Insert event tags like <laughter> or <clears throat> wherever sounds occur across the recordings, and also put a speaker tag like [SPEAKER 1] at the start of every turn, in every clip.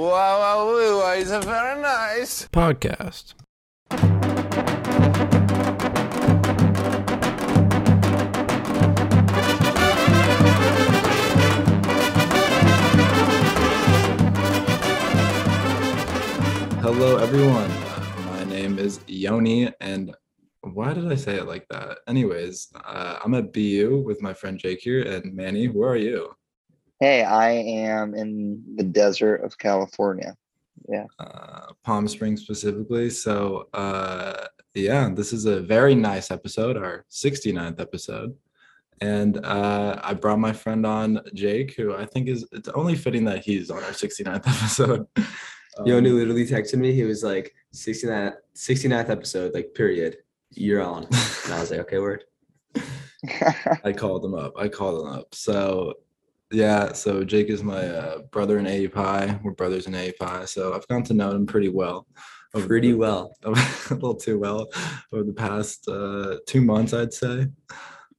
[SPEAKER 1] wow, wow, is very nice.
[SPEAKER 2] podcast.
[SPEAKER 3] Hello, everyone. My name is Yoni, and why did I say it like that? Anyways, uh, I'm at BU with my friend Jake here, and Manny, where are you?
[SPEAKER 4] Hey, I am in the desert of California. <laughs>
[SPEAKER 3] Uh, Palm Springs specifically. So, uh, yeah, this is a very nice episode, our 69th episode. And uh, I brought my friend on, Jake, who I think is it's only fitting that he's on our 69th <laughs> episode.
[SPEAKER 5] Yoni
[SPEAKER 3] Um,
[SPEAKER 5] literally texted me. He was like, 69th, 69th episode, like, period. You're on. And I was like, okay, word.
[SPEAKER 3] I called him up. I called him up. So yeah, so Jake is my uh, brother in API. We're brothers in API. So I've gotten to know him pretty well. over the-
[SPEAKER 5] Pretty well.
[SPEAKER 3] <laughs> a little too well over the past uh, two months, I'd say.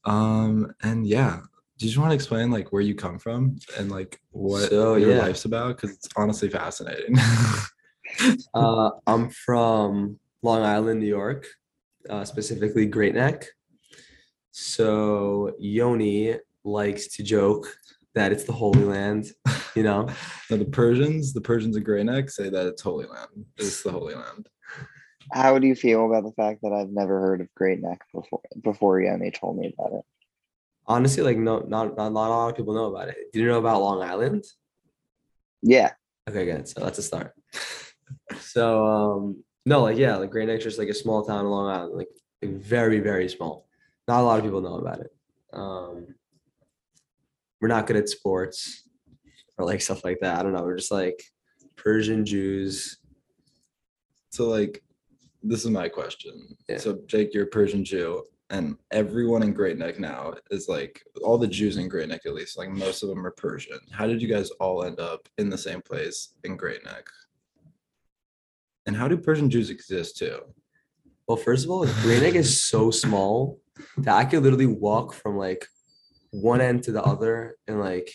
[SPEAKER 3] Um, and yeah, do you just want to explain like where you come from and like what
[SPEAKER 5] So,
[SPEAKER 3] your
[SPEAKER 5] yeah.
[SPEAKER 3] life's about? Because it's honestly fascinating. <laughs>
[SPEAKER 5] Uh, I'm from Long Island, New York, uh, specifically Great Neck. So Yoni likes to joke that it's the Holy Land, you know?
[SPEAKER 3] now the Persians, the Persians of Grey Neck say that it's Holy Land. It's the Holy Land.
[SPEAKER 4] How do you feel about the fact that I've never heard of Great Neck before before Yoni told me about it?
[SPEAKER 5] Honestly, like, no, not, not, not a lot of people know about it. Do you know about Long Island?
[SPEAKER 4] Yeah.
[SPEAKER 5] Okay, good. So that's a start. So um no, like yeah, like Grand Neck is like a small town in Long Island, like, like very, very small. Not a lot of people know about it. Um we're not good at sports or like stuff like that. I don't know. We're just like Persian Jews.
[SPEAKER 3] So like, this is my question.
[SPEAKER 5] Yeah.
[SPEAKER 3] So Jake, you're a Persian Jew, and everyone in Great Neck now is like all the Jews in Great Neck at least, like most of them are Persian. How did you guys all end up in the same place in Great Neck? And how do Persian Jews exist too?
[SPEAKER 5] Well, first of all, Grand Neck is so small that I could literally walk from like one end to the other in like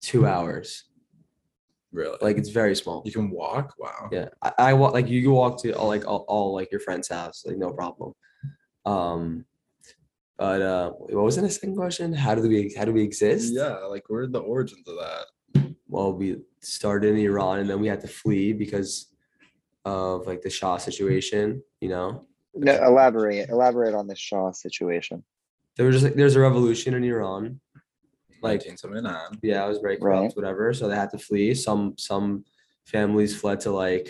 [SPEAKER 5] two hours.
[SPEAKER 3] Really? Like
[SPEAKER 5] Like it's very small.
[SPEAKER 3] you can walk? Wow.
[SPEAKER 5] Yeah, I, I walk like you can walk to all like all, all like your friend's house, like no problem. Um, but uh, what was the second question? How do we how do we exist?
[SPEAKER 3] Yeah, like where are the origins of that?
[SPEAKER 5] Well, we started in Iran and then we had to flee because of like the Shah situation. You know,
[SPEAKER 4] No, elaborate. Elaborate on the Shaw situation.
[SPEAKER 5] there was just like there's a revolution in Iran. Like
[SPEAKER 3] 1979.
[SPEAKER 5] yeah, it was very corrupt,
[SPEAKER 4] Right.
[SPEAKER 5] whatever. So they had to flee. Some some families fled to like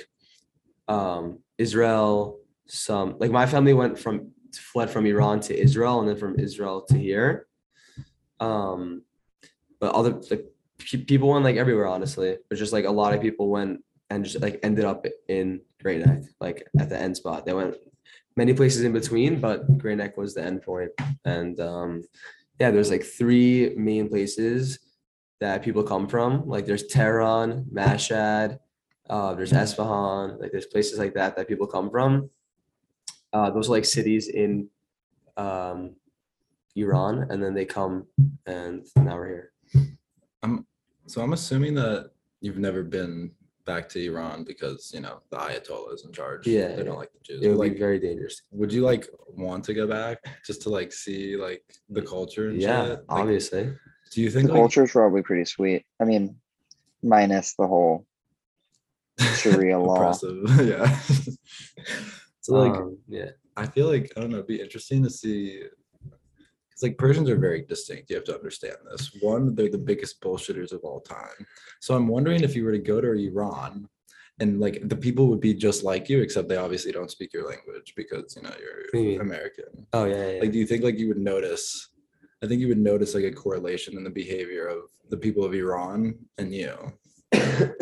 [SPEAKER 5] um Israel. Some like my family went from fled from Iran to Israel and then from Israel to here. Um, but other like pe- people went like everywhere, honestly. But just like a lot of people went and just like ended up in Great Neck, like at the end spot. They went many places in between, but Great Neck was the end point. And um, yeah, there's like three main places that people come from. Like there's Tehran, Mashhad, uh, there's Esfahan. Like there's places like that that people come from. Uh, those are like cities in um, Iran, and then they come, and now we're here.
[SPEAKER 3] I'm so I'm assuming that you've never been back to Iran because you know the Ayatollah is in charge.
[SPEAKER 5] Yeah,
[SPEAKER 3] They don't
[SPEAKER 5] yeah.
[SPEAKER 3] like the Jews.
[SPEAKER 5] It would
[SPEAKER 3] like
[SPEAKER 5] be very dangerous.
[SPEAKER 3] would you like want to go back just to like see like the culture and
[SPEAKER 5] Yeah,
[SPEAKER 3] shit? Like,
[SPEAKER 5] obviously.
[SPEAKER 3] do you
[SPEAKER 4] The
[SPEAKER 3] think like,
[SPEAKER 4] culture's probably pretty sweet. I mean, minus the whole
[SPEAKER 3] <laughs>
[SPEAKER 4] Sharia law.
[SPEAKER 3] oppressive? yeah <laughs> so like
[SPEAKER 5] Um, yeah,
[SPEAKER 3] i feel like i don't know it'd be interesting to see because like persians are very distinct you have to understand this one they're the biggest bullshitters of all time so i'm wondering if you were to go to iran and like the people would be just like you except they obviously don't speak your language because you know
[SPEAKER 5] do you
[SPEAKER 3] you're
[SPEAKER 5] mean?
[SPEAKER 3] american
[SPEAKER 5] oh yeah, yeah, yeah.
[SPEAKER 3] like do you think like you would notice i think you would notice like a correlation in the behavior of the people of iran and you <coughs>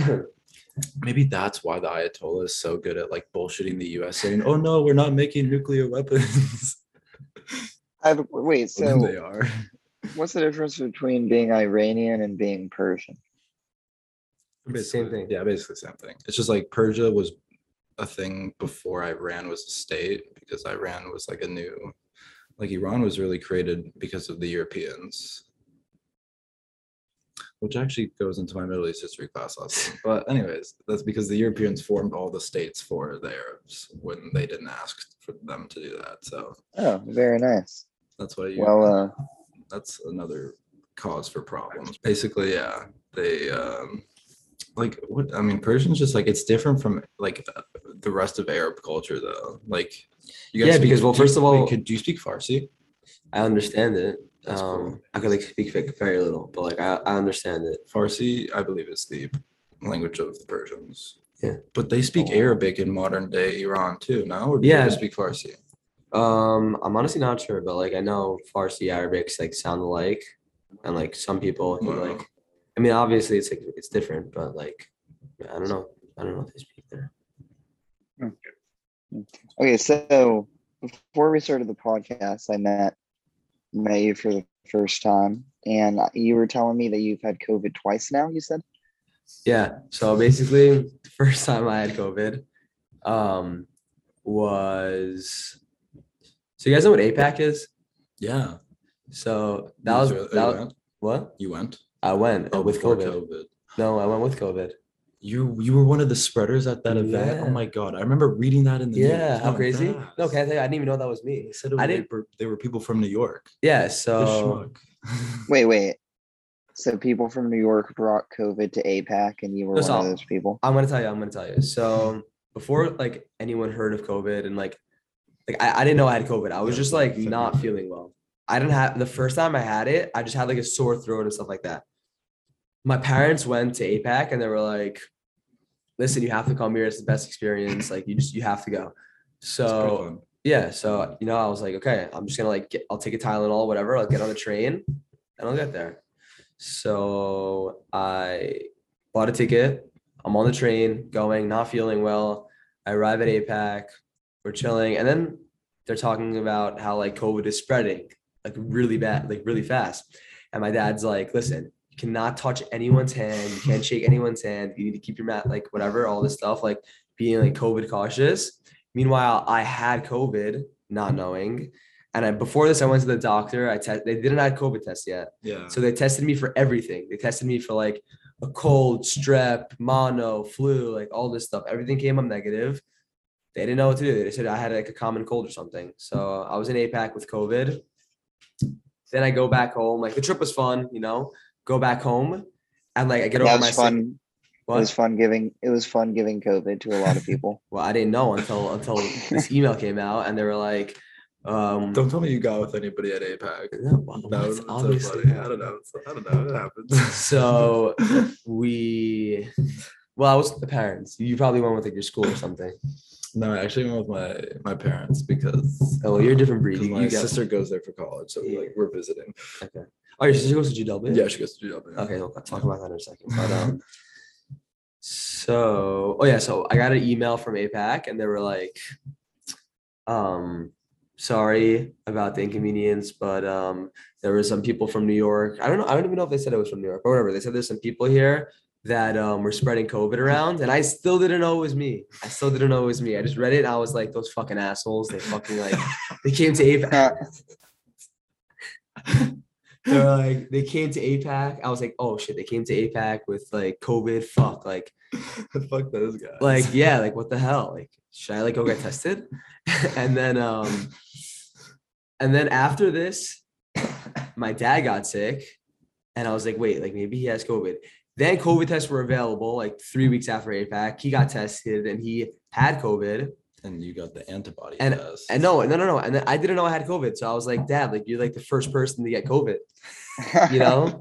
[SPEAKER 3] maybe that's why the ayatollah is so good at like bullshitting the us saying oh no we're not making nuclear weapons <laughs>
[SPEAKER 4] I've, wait,
[SPEAKER 3] When
[SPEAKER 4] so
[SPEAKER 3] they are
[SPEAKER 4] what's the difference between being Iranian and being Persian?
[SPEAKER 3] Basically,
[SPEAKER 5] thing.
[SPEAKER 3] yeah basically same thing it's just like persia was a thing before iran was a state because iran was like a new like iran was really created because of the europeans which actually goes into my Middle East history class lesson. But anyways, that's because the Europeans formed all the states for the Arabs when they didn't ask for them to do that. So
[SPEAKER 4] Oh, very nice.
[SPEAKER 3] that's why you
[SPEAKER 4] Well, uh,
[SPEAKER 3] that's another cause for problems. Basically, yeah, they um like what I mean, Persian's just like it's different from like uh, the rest of Arab culture though. Like you
[SPEAKER 5] Yeah,
[SPEAKER 3] speak-
[SPEAKER 5] because, well,
[SPEAKER 3] do you-
[SPEAKER 5] first of
[SPEAKER 3] wait,
[SPEAKER 5] all-
[SPEAKER 3] could do you speak Farsi?
[SPEAKER 5] I understand it.
[SPEAKER 3] That's cool.
[SPEAKER 5] um, I could like speak ve- very little, but like I, I understand it.
[SPEAKER 3] Farsi, I believe, is the language of the Persians.
[SPEAKER 5] Yeah.
[SPEAKER 3] But they speak
[SPEAKER 4] Oh.
[SPEAKER 3] Arabic in modern day Iran too, now or do they
[SPEAKER 5] Yeah.
[SPEAKER 3] just speak Farsi?
[SPEAKER 5] Um, I'm honestly not sure, but like I know Farsi Arabics like sound alike, and like some people who
[SPEAKER 3] Wow.
[SPEAKER 5] like, I mean, obviously it's like it's different, but like I don't know, I don't know if they speak there.
[SPEAKER 4] okay, so before we started the podcast, I met met you for the first time, and you were telling me that you've had COVID twice now. You said,
[SPEAKER 5] Yeah. So basically, the first time I had COVID, um, was so you guys know what APAC is?
[SPEAKER 3] Yeah.
[SPEAKER 5] So
[SPEAKER 3] You
[SPEAKER 5] that was
[SPEAKER 3] were-
[SPEAKER 5] that
[SPEAKER 3] you
[SPEAKER 5] was,
[SPEAKER 3] went?
[SPEAKER 5] what
[SPEAKER 3] You went?
[SPEAKER 5] I went uh,
[SPEAKER 3] Oh,
[SPEAKER 5] with
[SPEAKER 3] before
[SPEAKER 5] COVID. No, I went with COVID.
[SPEAKER 3] You you were one of the spreaders at that event. Oh
[SPEAKER 5] Yeah.
[SPEAKER 3] my god. I remember reading that in the news.
[SPEAKER 5] Yeah, how
[SPEAKER 3] Oh,
[SPEAKER 5] crazy? No,
[SPEAKER 3] yes.
[SPEAKER 5] can I tell you? I didn't even know that was me.
[SPEAKER 3] They said it was
[SPEAKER 5] I
[SPEAKER 3] they
[SPEAKER 5] didn't-
[SPEAKER 3] were- they were people from New York.
[SPEAKER 5] Yeah.
[SPEAKER 3] The
[SPEAKER 5] So
[SPEAKER 3] schmuck.
[SPEAKER 5] Mm-hmm.
[SPEAKER 4] "Wait, wait." So people from New York brought COVID to APAC, and you were
[SPEAKER 5] That's
[SPEAKER 4] one
[SPEAKER 5] all.
[SPEAKER 4] of those people.
[SPEAKER 5] I'm gonna tell you. I'm gonna tell you. So before like anyone heard of COVID and like like I, I didn't know I had COVID. I was
[SPEAKER 3] Yeah,
[SPEAKER 5] just
[SPEAKER 3] yeah,
[SPEAKER 5] like
[SPEAKER 3] same
[SPEAKER 5] not
[SPEAKER 3] here.
[SPEAKER 5] feeling well. I didn't have the first time I had it. I just had like a sore throat and stuff like that. My parents went to APAC and they were like, "Listen, you have to come here. It's the best experience. Like you just you have to go."
[SPEAKER 3] It's pretty
[SPEAKER 5] So
[SPEAKER 3] fun.
[SPEAKER 5] yeah, so you know, I was like, okay, I'm just gonna like, get, I'll take a Tylenol, whatever. I'll get on the train, and I'll get there. So I bought a ticket. I'm on the train, going, not feeling well. I arrive at APAC. We're chilling, and then they're talking about how like COVID is spreading like really bad, like really fast. And my dad's like, listen, you cannot touch anyone's hand. You can't shake anyone's hand. You need to keep your mat, like whatever, all this stuff, like being like COVID cautious. Meanwhile, I had COVID,
[SPEAKER 4] Mm-hmm.
[SPEAKER 5] not knowing. And I, before this, I went to the doctor. I test. They didn't have COVID test yet,
[SPEAKER 3] yeah.
[SPEAKER 5] so they tested me for everything. They tested me for like a cold, strep, mono, flu, like all this stuff. Everything came up negative. They didn't know what to do. They said I had like a common cold or something. So I was in APAC with COVID. Then I go back home. Like the trip was fun, you know. Go back home, and like I get over
[SPEAKER 4] That was
[SPEAKER 5] my sick-
[SPEAKER 4] fun. It
[SPEAKER 5] What?
[SPEAKER 4] was fun giving. It was fun giving COVID to a lot of people.
[SPEAKER 5] Well, I didn't know until until this email came out, and they were like, um,
[SPEAKER 3] Don't tell me you got with anybody at APAC.
[SPEAKER 5] no, well,
[SPEAKER 3] That
[SPEAKER 5] it's
[SPEAKER 3] was
[SPEAKER 5] obviously
[SPEAKER 3] so funny. I don't know. It's- I don't know. It happens.
[SPEAKER 5] <laughs> So we, well, I was with the parents. You probably went with like your school or something.
[SPEAKER 3] <laughs> no, I actually went with my my parents because
[SPEAKER 5] Oh, well, you're a different breed.
[SPEAKER 3] Uh-huh. because my
[SPEAKER 5] You, you got,
[SPEAKER 3] sister goes there for college, so we, like we're visiting.
[SPEAKER 5] okay. Oh, your sister goes to GW.
[SPEAKER 3] Yeah, she goes to GW.
[SPEAKER 5] Okay, we'll talk about that in a second. But um, so oh yeah, so I got an email from APAC and they were like, um, sorry about the inconvenience, but um, there were some people from New York. I don't know. I don't even know if they said it was from New York or whatever. They said there's some people here that um were spreading COVID around, and I still didn't know it was me. I still didn't know it was me. I just read it. and I was like, those fucking assholes. They fucking like they came to APAC. They're like, they came to APAC. I was like, oh shit, they came to APAC with like COVID. Fuck, like,
[SPEAKER 3] <laughs> Fuck those guys.
[SPEAKER 5] like yeah, like what the hell? Like, should I like go get tested? <laughs> and then, um, and then after this, my dad got sick, and I was like, wait, like maybe he has COVID. Then COVID tests were available like three weeks after APAC. He got tested and he had COVID.
[SPEAKER 3] and you got the antibody test.
[SPEAKER 5] And no, no, no, no. And then I didn't know I had COVID, so I was like, Dad, like you're like the first person to get COVID <laughs> you know?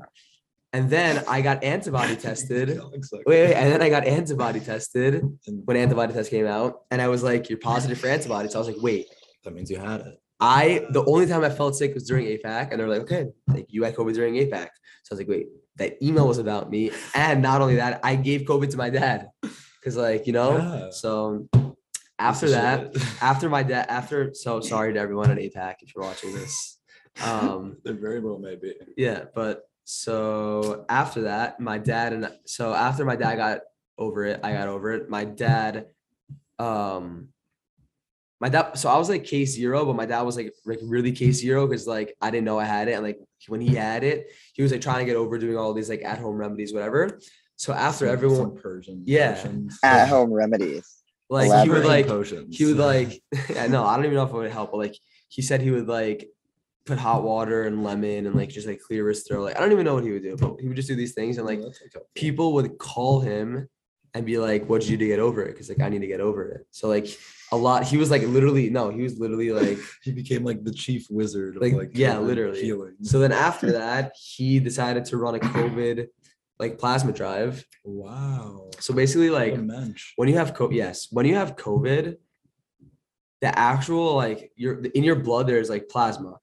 [SPEAKER 5] And then I got
[SPEAKER 3] <laughs>
[SPEAKER 5] antibody tested.
[SPEAKER 3] Exactly.
[SPEAKER 5] Wait, wait, and then I got antibody tested
[SPEAKER 3] And
[SPEAKER 5] when antibody test came out, and I was like, "You're positive for antibodies." So I was like, "Wait,
[SPEAKER 3] that means you had it.
[SPEAKER 5] I." The only time I felt sick was during APAC, and they're like, "Okay, like you had COVID during APAC." So I was like, "Wait, that email was about me." And not only that, I gave COVID to my dad, because like you know.
[SPEAKER 3] Yeah.
[SPEAKER 5] So Oh, after
[SPEAKER 3] Piece of
[SPEAKER 5] that,
[SPEAKER 3] shit. <laughs>
[SPEAKER 5] after my dad, after so sorry to everyone at APAC if you're watching this. Um,
[SPEAKER 3] there very well may be.
[SPEAKER 5] yeah, but so after that, my dad and so after my dad got over it, I got over it. My dad um my dad so i was like case zero but my dad was like like really case zero because like i didn't know i had it and like when he had it he was like trying to get over doing all these like at home remedies whatever so after
[SPEAKER 3] Some-
[SPEAKER 5] everyone
[SPEAKER 3] some Persian
[SPEAKER 5] Yeah.
[SPEAKER 3] potions.
[SPEAKER 4] <laughs> At home remedies.
[SPEAKER 5] like he would
[SPEAKER 4] Elaborate.
[SPEAKER 5] like
[SPEAKER 3] potions.
[SPEAKER 5] he would like <laughs> i know i don't even know if it would help but like he said he would like put hot water and lemon and like just like clear his throat like i don't even know what he would do but he would just do these things and like
[SPEAKER 3] That's, like, helpful.
[SPEAKER 5] people would call him and be like, "What did you do to get over it?" Because like I need to get over it. So like a lot, he was like literally no, he was literally like.
[SPEAKER 3] he became like the chief wizard of
[SPEAKER 5] Like,
[SPEAKER 3] like,
[SPEAKER 5] yeah,
[SPEAKER 3] COVID
[SPEAKER 5] literally.
[SPEAKER 3] healing.
[SPEAKER 5] So then after that, he decided to run a COVID like plasma drive.
[SPEAKER 3] wow.
[SPEAKER 5] So basically,
[SPEAKER 3] What a
[SPEAKER 5] like
[SPEAKER 3] mensch.
[SPEAKER 5] when you have COVID, yes, when you have COVID, the actual like your in your blood there is like plasma.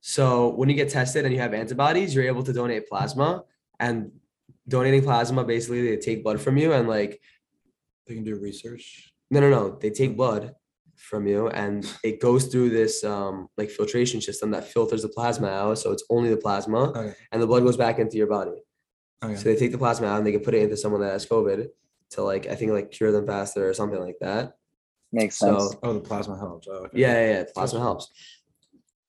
[SPEAKER 5] So when you get tested and you have antibodies, you're able to donate plasma and donating plasma basically they take blood from you and like
[SPEAKER 3] they can do research.
[SPEAKER 5] No, no, no. They take blood from you and it goes through this um like filtration system that filters the plasma out. So it's only the plasma
[SPEAKER 3] Okay.
[SPEAKER 5] and the blood goes back into your body.
[SPEAKER 3] Okay.
[SPEAKER 5] So they take the plasma out and they can put it into someone that has COVID to like I think like cure them faster or something like that.
[SPEAKER 4] Makes sense.
[SPEAKER 5] So
[SPEAKER 3] oh, the plasma helps. Oh, okay.
[SPEAKER 5] yeah, yeah, yeah. Plasma helps.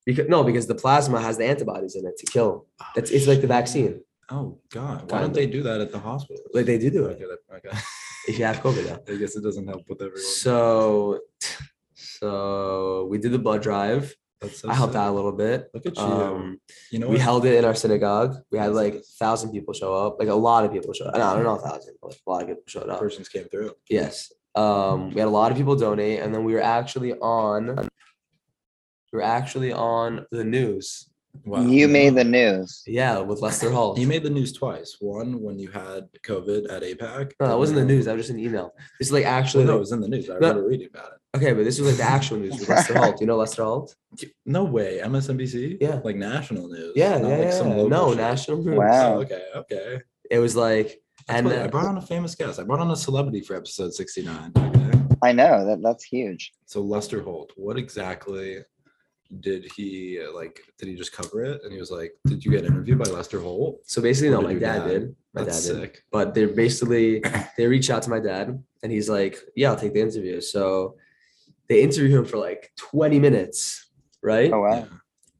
[SPEAKER 5] Because no, because the plasma has the antibodies in it to kill.
[SPEAKER 3] Oh,
[SPEAKER 5] That's it's like the
[SPEAKER 3] shit.
[SPEAKER 5] vaccine.
[SPEAKER 3] Oh God, why
[SPEAKER 5] Kind
[SPEAKER 3] don't
[SPEAKER 5] of.
[SPEAKER 3] they do that at the hospital?
[SPEAKER 5] Like they do do
[SPEAKER 3] Okay,
[SPEAKER 5] it
[SPEAKER 3] that- okay.
[SPEAKER 5] if you have COVID though.
[SPEAKER 3] I guess it doesn't help with everyone.
[SPEAKER 5] So so we did the blood drive.
[SPEAKER 3] That's so
[SPEAKER 5] I helped
[SPEAKER 3] sick.
[SPEAKER 5] out a little bit.
[SPEAKER 3] Look at you.
[SPEAKER 5] Um,
[SPEAKER 3] you know
[SPEAKER 5] we
[SPEAKER 3] what?
[SPEAKER 5] held it in our synagogue. We had
[SPEAKER 3] That's
[SPEAKER 5] like a
[SPEAKER 3] nice.
[SPEAKER 5] thousand people show up, like a lot of people showed up. No, no, not a thousand, but like a lot of people showed up.
[SPEAKER 3] Persons came through.
[SPEAKER 5] Yes. Um, we had a lot of people donate, and then we were actually on. We were actually on the news.
[SPEAKER 4] You made the news.
[SPEAKER 5] Yeah, with Lester Hall.
[SPEAKER 3] You made the news twice. One when you had COVID at APAC.
[SPEAKER 5] no, that
[SPEAKER 3] and
[SPEAKER 5] wasn't the
[SPEAKER 3] then-
[SPEAKER 5] news. That was just an email. This is like
[SPEAKER 3] Well,
[SPEAKER 5] actually.
[SPEAKER 3] no, it
[SPEAKER 5] like-
[SPEAKER 3] was in the news. I
[SPEAKER 5] No.
[SPEAKER 3] remember reading about it.
[SPEAKER 5] okay, but this was like the actual news with Lester Holt. Do you know Lester Holt?
[SPEAKER 3] No way. MSNBC.
[SPEAKER 5] Yeah.
[SPEAKER 3] Like national news.
[SPEAKER 5] Yeah,
[SPEAKER 3] not
[SPEAKER 5] yeah,
[SPEAKER 3] like
[SPEAKER 5] yeah.
[SPEAKER 3] some local
[SPEAKER 5] no,
[SPEAKER 3] shit.
[SPEAKER 5] national news.
[SPEAKER 4] Wow.
[SPEAKER 3] Oh, okay, okay.
[SPEAKER 5] It was like,
[SPEAKER 3] And
[SPEAKER 5] and
[SPEAKER 3] I
[SPEAKER 5] uh,
[SPEAKER 3] brought on a famous guest. I brought on a celebrity for episode 69. Okay.
[SPEAKER 4] I know that that's huge.
[SPEAKER 3] So Lester Holt, what exactly did he uh, like? Did he just cover it? And he was like, "Did you get interviewed by Lester Holt?"
[SPEAKER 5] so basically, no,
[SPEAKER 3] What
[SPEAKER 5] my
[SPEAKER 3] did your
[SPEAKER 5] dad
[SPEAKER 3] dad-
[SPEAKER 5] did. My
[SPEAKER 3] That's
[SPEAKER 5] dad did.
[SPEAKER 3] sick.
[SPEAKER 5] but they're basically they reach out to my dad and he's like yeah i'll take the interview so they interview him for like 20 minutes right
[SPEAKER 4] Oh wow.
[SPEAKER 3] Yeah.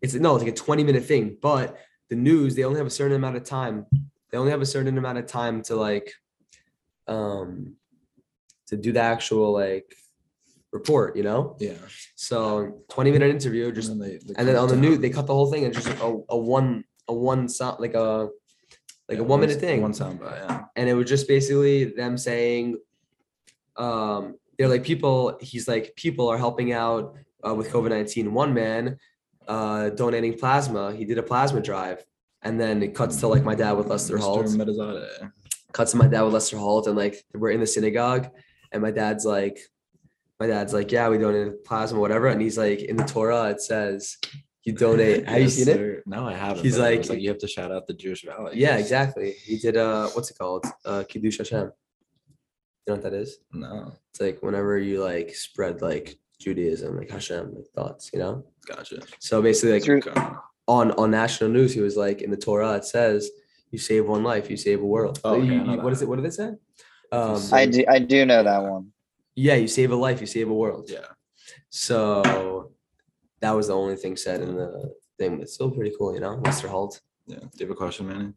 [SPEAKER 5] it's no it's like a 20 minute thing but the news they only have a certain amount of time they only have a certain amount of time to like um to do the actual like report you know
[SPEAKER 3] Yeah.
[SPEAKER 5] so 20 minute interview just
[SPEAKER 3] and then, they, they
[SPEAKER 5] and then
[SPEAKER 3] cut
[SPEAKER 5] on the
[SPEAKER 3] down.
[SPEAKER 5] news they cut the whole thing and just like a, a one a one sound like a like
[SPEAKER 3] Yeah,
[SPEAKER 5] a one minute
[SPEAKER 3] s-
[SPEAKER 5] thing
[SPEAKER 3] One soundbite. Yeah.
[SPEAKER 5] and it was just basically them saying um they're like people he's like people are helping out uh, with covid-19 one man uh donating plasma he did a plasma drive and then it cuts to like my dad with lester holt
[SPEAKER 3] Mr. Medizzade.
[SPEAKER 5] cuts to my dad with lester holt and like we're in the synagogue and my dad's like my dad's like yeah we donated plasma whatever and he's like in the torah it says you donate have you
[SPEAKER 3] Yes,
[SPEAKER 5] seen it
[SPEAKER 3] sir. No, I haven't.
[SPEAKER 5] He's
[SPEAKER 3] but it
[SPEAKER 5] like-
[SPEAKER 3] was you have to shout out the Jewish Valley.
[SPEAKER 5] yeah exactly he did uh what's it called uh kiddush hashem you know what that is
[SPEAKER 3] No,
[SPEAKER 5] It's like whenever you like spread like Judaism, like Hashem, like thoughts, you know.
[SPEAKER 3] gotcha.
[SPEAKER 5] So basically, like
[SPEAKER 4] Through-
[SPEAKER 3] Okay.
[SPEAKER 5] on on national news, he was like in the Torah it says, "You save one life, you save a world."
[SPEAKER 3] Oh, okay,
[SPEAKER 5] You-
[SPEAKER 3] I know
[SPEAKER 5] you- what
[SPEAKER 3] that.
[SPEAKER 5] is it? What did it say? Um,
[SPEAKER 3] save-
[SPEAKER 4] I do I do know that one.
[SPEAKER 5] yeah, you save a life, you save a world.
[SPEAKER 3] Yeah.
[SPEAKER 5] So that was the only thing said in the thing, but still pretty cool, you know. Lester Holt.
[SPEAKER 3] Yeah. Do you have a question, Manny?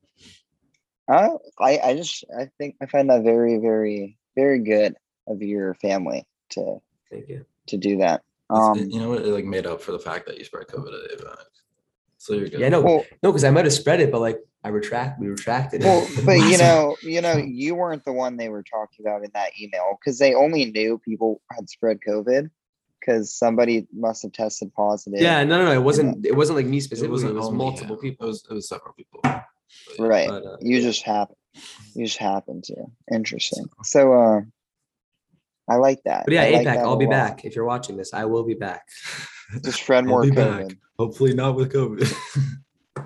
[SPEAKER 4] I I, I just I think I find that very, very, very good of your family to
[SPEAKER 5] Thank you.
[SPEAKER 4] to do that.
[SPEAKER 3] It's-
[SPEAKER 4] Um
[SPEAKER 3] you know what? It like made up for the fact that you spread COVID at APAC. So you're good.
[SPEAKER 5] Yeah, I know.
[SPEAKER 4] well,
[SPEAKER 5] No, because I might have spread it, but like I retract, we retracted it. <laughs>
[SPEAKER 4] well but you know, you know, you weren't the one they were talking about in that email because they only knew people had spread COVID because somebody must have tested positive.
[SPEAKER 5] Yeah, no, no, no. It wasn't. It wasn't like me specifically. It,
[SPEAKER 3] wasn't
[SPEAKER 5] was
[SPEAKER 3] only
[SPEAKER 5] multiple
[SPEAKER 3] him.
[SPEAKER 5] people.
[SPEAKER 3] It was it was several people.
[SPEAKER 4] Right.
[SPEAKER 5] But, uh,
[SPEAKER 4] you just happen you just happen to interesting so uh i like that
[SPEAKER 5] But yeah,
[SPEAKER 4] I like
[SPEAKER 5] APAC,
[SPEAKER 4] that
[SPEAKER 5] I'll
[SPEAKER 4] a
[SPEAKER 5] be
[SPEAKER 4] lot.
[SPEAKER 5] back. If you're watching this, I will be back.
[SPEAKER 4] just spread
[SPEAKER 3] I'll
[SPEAKER 4] more
[SPEAKER 3] be
[SPEAKER 4] COVID.
[SPEAKER 3] back. Hopefully not with
[SPEAKER 5] <laughs>
[SPEAKER 3] COVID. Are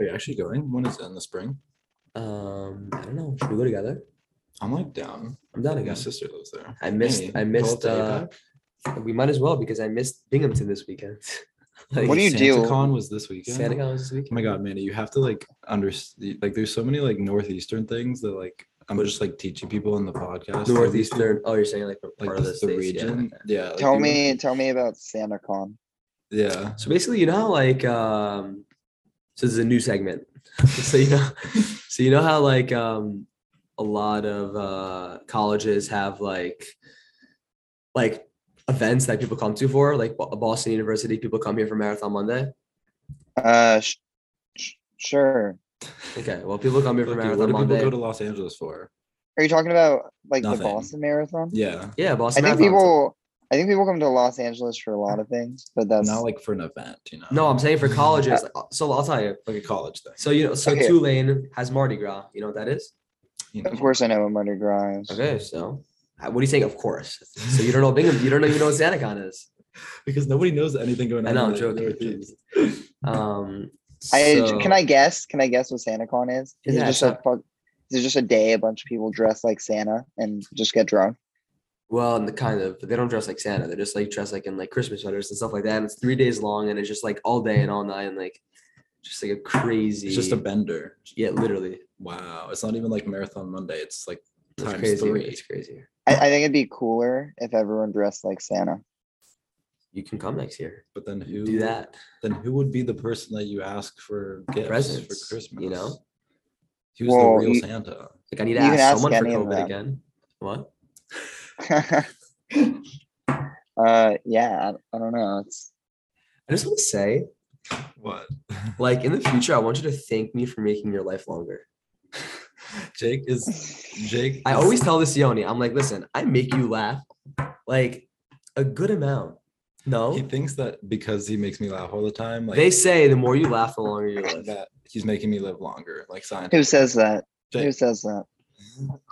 [SPEAKER 3] you actually going? When is it in the spring?
[SPEAKER 5] Um, I don't know. Should we go together?
[SPEAKER 3] I'm like down.
[SPEAKER 5] I'm down
[SPEAKER 3] My
[SPEAKER 5] again.
[SPEAKER 3] sister lives there.
[SPEAKER 5] I missed-
[SPEAKER 3] Mm-hmm. Hey,
[SPEAKER 5] I missed,
[SPEAKER 3] go up to
[SPEAKER 5] uh,
[SPEAKER 3] APAC?
[SPEAKER 5] We might as well because I missed Binghamton this weekend. <laughs> like,
[SPEAKER 4] What do you do?
[SPEAKER 3] SantaCon was this weekend.
[SPEAKER 5] Santa Claus this
[SPEAKER 3] Oh
[SPEAKER 5] weekend?
[SPEAKER 3] my god, Manny, you have to like understand. Like, there's so many like northeastern things that like I'm just like teaching people in the podcast.
[SPEAKER 5] Northeastern. Oh, you're saying like a
[SPEAKER 3] like
[SPEAKER 5] part of the,
[SPEAKER 3] this, the
[SPEAKER 5] states, yeah.
[SPEAKER 3] region. Yeah. like,
[SPEAKER 4] Tell
[SPEAKER 3] you-
[SPEAKER 4] me, tell me about SantaCon.
[SPEAKER 3] Yeah.
[SPEAKER 5] So basically, you know, how, like, um, so this is a new segment. <laughs> so you know, so you know how like um, a lot of uh, colleges have like, like events that people come to for, like Bo- Boston University, people come here for Marathon Monday.
[SPEAKER 4] Uh, sh- sh- sure.
[SPEAKER 5] Okay, well, people come here for
[SPEAKER 3] Fuck, dude, what
[SPEAKER 5] Marathon
[SPEAKER 3] do people
[SPEAKER 5] Monday.
[SPEAKER 3] go to Los Angeles for?
[SPEAKER 4] Are you talking about like
[SPEAKER 3] Nothing.
[SPEAKER 4] the Boston Marathon?
[SPEAKER 3] Yeah.
[SPEAKER 5] yeah,
[SPEAKER 4] I
[SPEAKER 5] Boston
[SPEAKER 4] think
[SPEAKER 5] Marathon.
[SPEAKER 4] people, I think people come to Los Angeles for a lot of things, but that's
[SPEAKER 3] Not like for an event, you know.
[SPEAKER 5] No, I'm
[SPEAKER 3] <laughs>
[SPEAKER 5] saying for colleges. like, uh, So I'll tell you.
[SPEAKER 3] like a college thing.
[SPEAKER 5] So you know, so
[SPEAKER 4] Okay.
[SPEAKER 5] Tulane has Mardi Gras. You know what that is?
[SPEAKER 3] you know.
[SPEAKER 4] of course I know what Mardi Gras is.
[SPEAKER 5] Okay, so uh, what do you think? Of course. So you don't know Bingham. You don't even know what SantaCon is.
[SPEAKER 3] Because nobody knows anything going
[SPEAKER 5] I
[SPEAKER 3] on.
[SPEAKER 5] know,
[SPEAKER 3] in
[SPEAKER 5] I'm
[SPEAKER 3] the
[SPEAKER 5] joking. I'm
[SPEAKER 3] Northeast.
[SPEAKER 5] Um,
[SPEAKER 4] I
[SPEAKER 5] so-
[SPEAKER 4] can I guess? Can I guess what SantaCon is? Is
[SPEAKER 5] Yeah,
[SPEAKER 4] it just
[SPEAKER 5] so-
[SPEAKER 4] a fuck? Is it just a day a bunch of people dress like Santa and just get drunk?
[SPEAKER 5] Well, and the kind of but they don't dress like Santa. They're just like dressed like in like Christmas sweaters and stuff like that. And it's three days long, and it's just like all day and all night, and like just like a crazy.
[SPEAKER 3] It's just a bender.
[SPEAKER 5] yeah, literally.
[SPEAKER 3] Wow. It's not even like Marathon Monday. It's like
[SPEAKER 5] It's
[SPEAKER 3] times
[SPEAKER 5] crazy.
[SPEAKER 3] three.
[SPEAKER 5] It's crazy.
[SPEAKER 4] I, I think it'd be cooler if everyone dressed like Santa. <laughs>
[SPEAKER 5] You can come next year.
[SPEAKER 3] But then who
[SPEAKER 5] Do that.
[SPEAKER 3] Then who would be the person that you ask for gifts
[SPEAKER 5] Presents,
[SPEAKER 3] for Christmas?
[SPEAKER 5] you know?
[SPEAKER 3] Who's
[SPEAKER 4] Well,
[SPEAKER 3] the real
[SPEAKER 4] you-
[SPEAKER 3] Santa?
[SPEAKER 5] Like I need
[SPEAKER 4] You
[SPEAKER 5] to
[SPEAKER 4] can
[SPEAKER 5] ask,
[SPEAKER 4] ask
[SPEAKER 5] someone for
[SPEAKER 4] any of
[SPEAKER 5] COVID
[SPEAKER 4] them.
[SPEAKER 5] again. What?
[SPEAKER 4] uh, yeah, I, I don't know. It's
[SPEAKER 5] I just want to say,
[SPEAKER 3] What?
[SPEAKER 5] like in the future, I want you to thank me for making your life longer.
[SPEAKER 3] Jake is Jake.
[SPEAKER 5] I
[SPEAKER 3] is-
[SPEAKER 5] always tell this Yoni, I'm like, listen, I make you laugh, like a good amount. No,
[SPEAKER 3] he thinks that because he makes me laugh all the time, like
[SPEAKER 5] they say the more you laugh, the longer you live.
[SPEAKER 3] that he's making me live longer. Like science.
[SPEAKER 4] who says that? Who
[SPEAKER 3] Jake,
[SPEAKER 4] says that?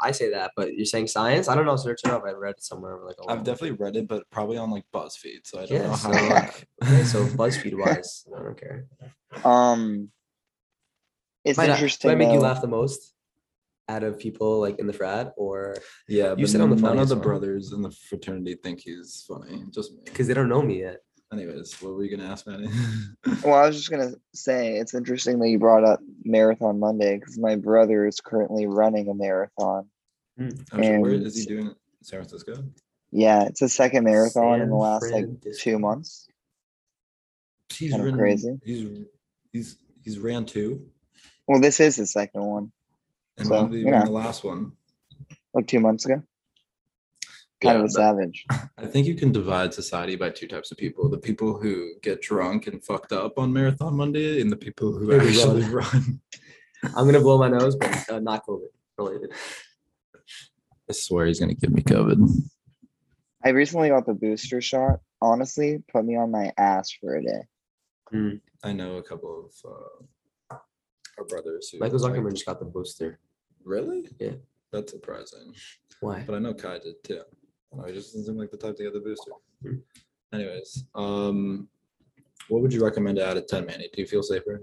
[SPEAKER 5] I say that, but you're saying science? I don't know. Search it up. I read it somewhere. Like a
[SPEAKER 3] I've
[SPEAKER 5] while.
[SPEAKER 3] definitely read it, but probably on like BuzzFeed. So I don't
[SPEAKER 5] Yeah,
[SPEAKER 3] know
[SPEAKER 5] so,
[SPEAKER 3] how. Like,
[SPEAKER 5] Okay,
[SPEAKER 4] <laughs>
[SPEAKER 5] <laughs> so BuzzFeed wise, I don't care.
[SPEAKER 4] Um, it's
[SPEAKER 5] Might not-
[SPEAKER 4] interesting.
[SPEAKER 5] Do I make you
[SPEAKER 4] though.
[SPEAKER 5] laugh the most out of people like in the frat, or
[SPEAKER 3] yeah,
[SPEAKER 5] You
[SPEAKER 3] but
[SPEAKER 5] said I'm the
[SPEAKER 3] none of
[SPEAKER 5] funniest
[SPEAKER 3] the
[SPEAKER 5] one.
[SPEAKER 3] brothers in the fraternity think he's funny. Just me.
[SPEAKER 5] because they don't know me yet?
[SPEAKER 3] Anyways, what were you gonna ask, <laughs> Manny?
[SPEAKER 4] Well, I was just gonna say it's interesting that you brought up Marathon Monday because my brother is currently running a marathon.
[SPEAKER 3] Actually, Where
[SPEAKER 4] And-
[SPEAKER 3] is he doing? it? San Francisco.
[SPEAKER 4] Yeah, it's his second marathon in
[SPEAKER 5] San
[SPEAKER 4] the last like
[SPEAKER 5] Francisco.
[SPEAKER 4] two months.
[SPEAKER 3] He's
[SPEAKER 4] Kinda crazy.
[SPEAKER 3] He's he's he's ran two,
[SPEAKER 4] Well, this is the second one,
[SPEAKER 3] and
[SPEAKER 4] So,
[SPEAKER 3] when did he
[SPEAKER 4] you
[SPEAKER 3] win
[SPEAKER 4] know.
[SPEAKER 3] the last one?
[SPEAKER 4] like two months ago. Kind of
[SPEAKER 3] Yeah,
[SPEAKER 4] a savage.
[SPEAKER 3] I think you can divide society by two types of people: the people who get drunk and fucked up on Marathon Monday, and the people who
[SPEAKER 5] Who
[SPEAKER 3] actually <laughs> run.
[SPEAKER 5] <laughs> I'm gonna blow my nose, but uh, not COVID related.
[SPEAKER 3] I swear he's gonna give me COVID.
[SPEAKER 4] I recently got the booster shot. Honestly, put me on my ass for a day.
[SPEAKER 3] I know a couple of uh, our brothers. Who
[SPEAKER 5] Michael
[SPEAKER 3] like-
[SPEAKER 5] Zuckerman just got the booster.
[SPEAKER 3] Really?
[SPEAKER 5] Yeah.
[SPEAKER 3] That's surprising.
[SPEAKER 5] Why?
[SPEAKER 3] But I know Kai did too. I don't know, he just doesn't seem like the type to get the booster.
[SPEAKER 5] Hmm.
[SPEAKER 3] Anyways, um, what would you recommend out of ten, Manny? Do you feel safer?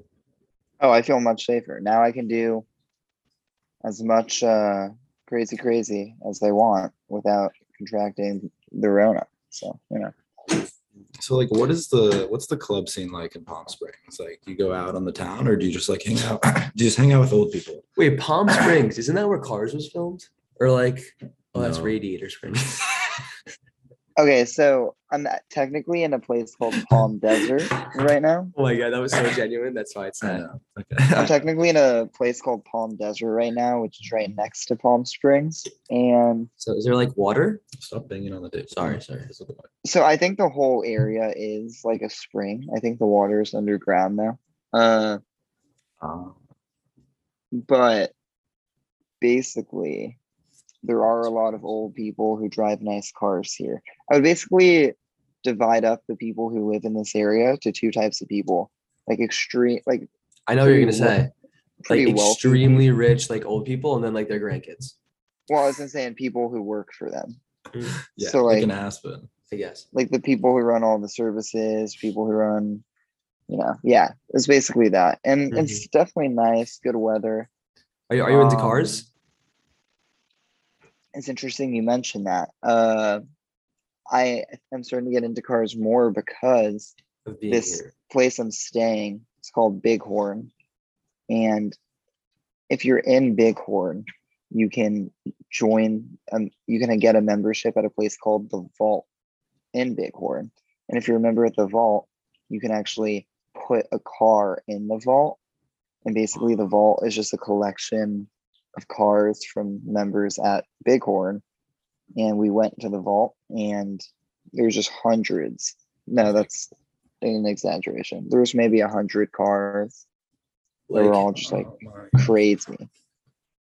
[SPEAKER 4] Oh, I feel much safer. Now I can do as much uh, crazy, crazy as I want without contracting the Rona. So, you know.
[SPEAKER 3] So like, what is the what's the club scene like in Palm Springs? Like, you go out on the town, or do you just like hang out? <coughs> do you just hang out with old people?
[SPEAKER 5] Wait, Palm Springs isn't that where Cars was filmed? Or like, oh, that's
[SPEAKER 3] No.
[SPEAKER 5] Radiator Springs.
[SPEAKER 4] Okay, so I'm at- technically in a place called Palm Desert right now.
[SPEAKER 5] <laughs> oh my god, that was so genuine. That's why it's
[SPEAKER 3] I
[SPEAKER 5] not.
[SPEAKER 3] know.
[SPEAKER 4] I'm
[SPEAKER 3] Okay.
[SPEAKER 4] technically in a place called Palm Desert right now, which is right next to Palm Springs. And
[SPEAKER 5] So is there like water?
[SPEAKER 3] Stop banging on the table.
[SPEAKER 5] Sorry, sorry.
[SPEAKER 3] That's what the-
[SPEAKER 4] so I think the whole area is like a spring. I think the water is underground now. Uh,
[SPEAKER 3] Um,
[SPEAKER 4] but basically there are a lot of old people who drive nice cars here i would basically divide up the people who live in this area to two types of people like extreme like
[SPEAKER 5] I know what you're gonna
[SPEAKER 4] Pretty
[SPEAKER 5] say like
[SPEAKER 4] pretty wealthy
[SPEAKER 5] extremely rich, like old people, and then like their grandkids.
[SPEAKER 4] well i was gonna say and people who work for them
[SPEAKER 3] Mm, yeah,
[SPEAKER 4] So,
[SPEAKER 3] like
[SPEAKER 4] like-
[SPEAKER 3] an Aspen.
[SPEAKER 5] I guess.
[SPEAKER 4] like the people who run all the services people who run you know yeah it's basically that and it's definitely nice good weather
[SPEAKER 5] Are you, are you into
[SPEAKER 4] Um,
[SPEAKER 5] cars?
[SPEAKER 4] it's interesting you mentioned that uh i am starting to get into cars more because
[SPEAKER 5] Of being
[SPEAKER 4] this-
[SPEAKER 5] here.
[SPEAKER 4] place I'm staying. It's called Bighorn. And if you're in Bighorn, you can join um you can get a membership at a place called the vault in bitcoin and if you remember at the vault you can actually put a car in the vault and basically the vault is just a collection of cars from members at bighorn and we went to the vault and there's just hundreds no that's an exaggeration there's maybe a hundred cars they were all just like
[SPEAKER 3] Oh my-
[SPEAKER 4] crazy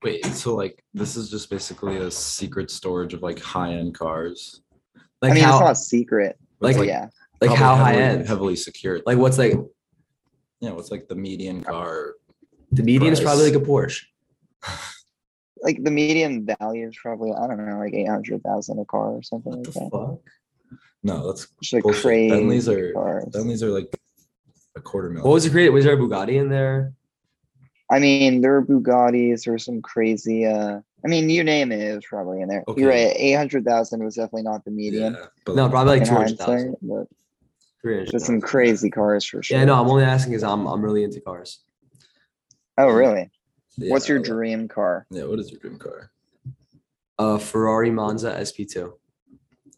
[SPEAKER 3] Wait, so like this is just basically a secret storage of like high end cars.
[SPEAKER 5] Like
[SPEAKER 4] i mean
[SPEAKER 5] how
[SPEAKER 4] it's not a secret but
[SPEAKER 5] like
[SPEAKER 4] yeah
[SPEAKER 5] like
[SPEAKER 3] Probably
[SPEAKER 5] how high
[SPEAKER 3] heavily-
[SPEAKER 5] end?
[SPEAKER 3] Heavily secured.
[SPEAKER 5] Like what's like
[SPEAKER 3] yeah, what's like the median car?
[SPEAKER 5] the median is
[SPEAKER 3] Price.
[SPEAKER 5] probably like a Porsche.
[SPEAKER 4] like the median value is probably i don't know like 800000 a car or something
[SPEAKER 3] What
[SPEAKER 4] like
[SPEAKER 3] the
[SPEAKER 4] that
[SPEAKER 3] fuck? No, that's
[SPEAKER 4] just like
[SPEAKER 3] bullshit.
[SPEAKER 4] crazy
[SPEAKER 3] Bentleys are
[SPEAKER 4] cars.
[SPEAKER 3] Bentleys are like a quarter million.
[SPEAKER 5] What was it created? Was there a Bugatti in there?
[SPEAKER 4] I mean, there were Bugattis, there were some crazy. uh I mean, you name it, it was probably in there. You're
[SPEAKER 3] Okay.
[SPEAKER 4] right. Eight hundred thousand was definitely not the median.
[SPEAKER 3] Yeah, but
[SPEAKER 5] No,
[SPEAKER 3] like,
[SPEAKER 5] probably like
[SPEAKER 4] in
[SPEAKER 5] two hundred thousand.
[SPEAKER 4] hindsight, but
[SPEAKER 5] Three hundred.
[SPEAKER 4] there's some crazy cars for sure.
[SPEAKER 5] Yeah, no, I'm only asking because I'm I'm really into cars.
[SPEAKER 4] Oh, really?
[SPEAKER 3] yeah,
[SPEAKER 4] What's your
[SPEAKER 3] like-
[SPEAKER 4] dream car?
[SPEAKER 3] Yeah, what is your dream car?
[SPEAKER 5] Uh, Ferrari Monza SP2.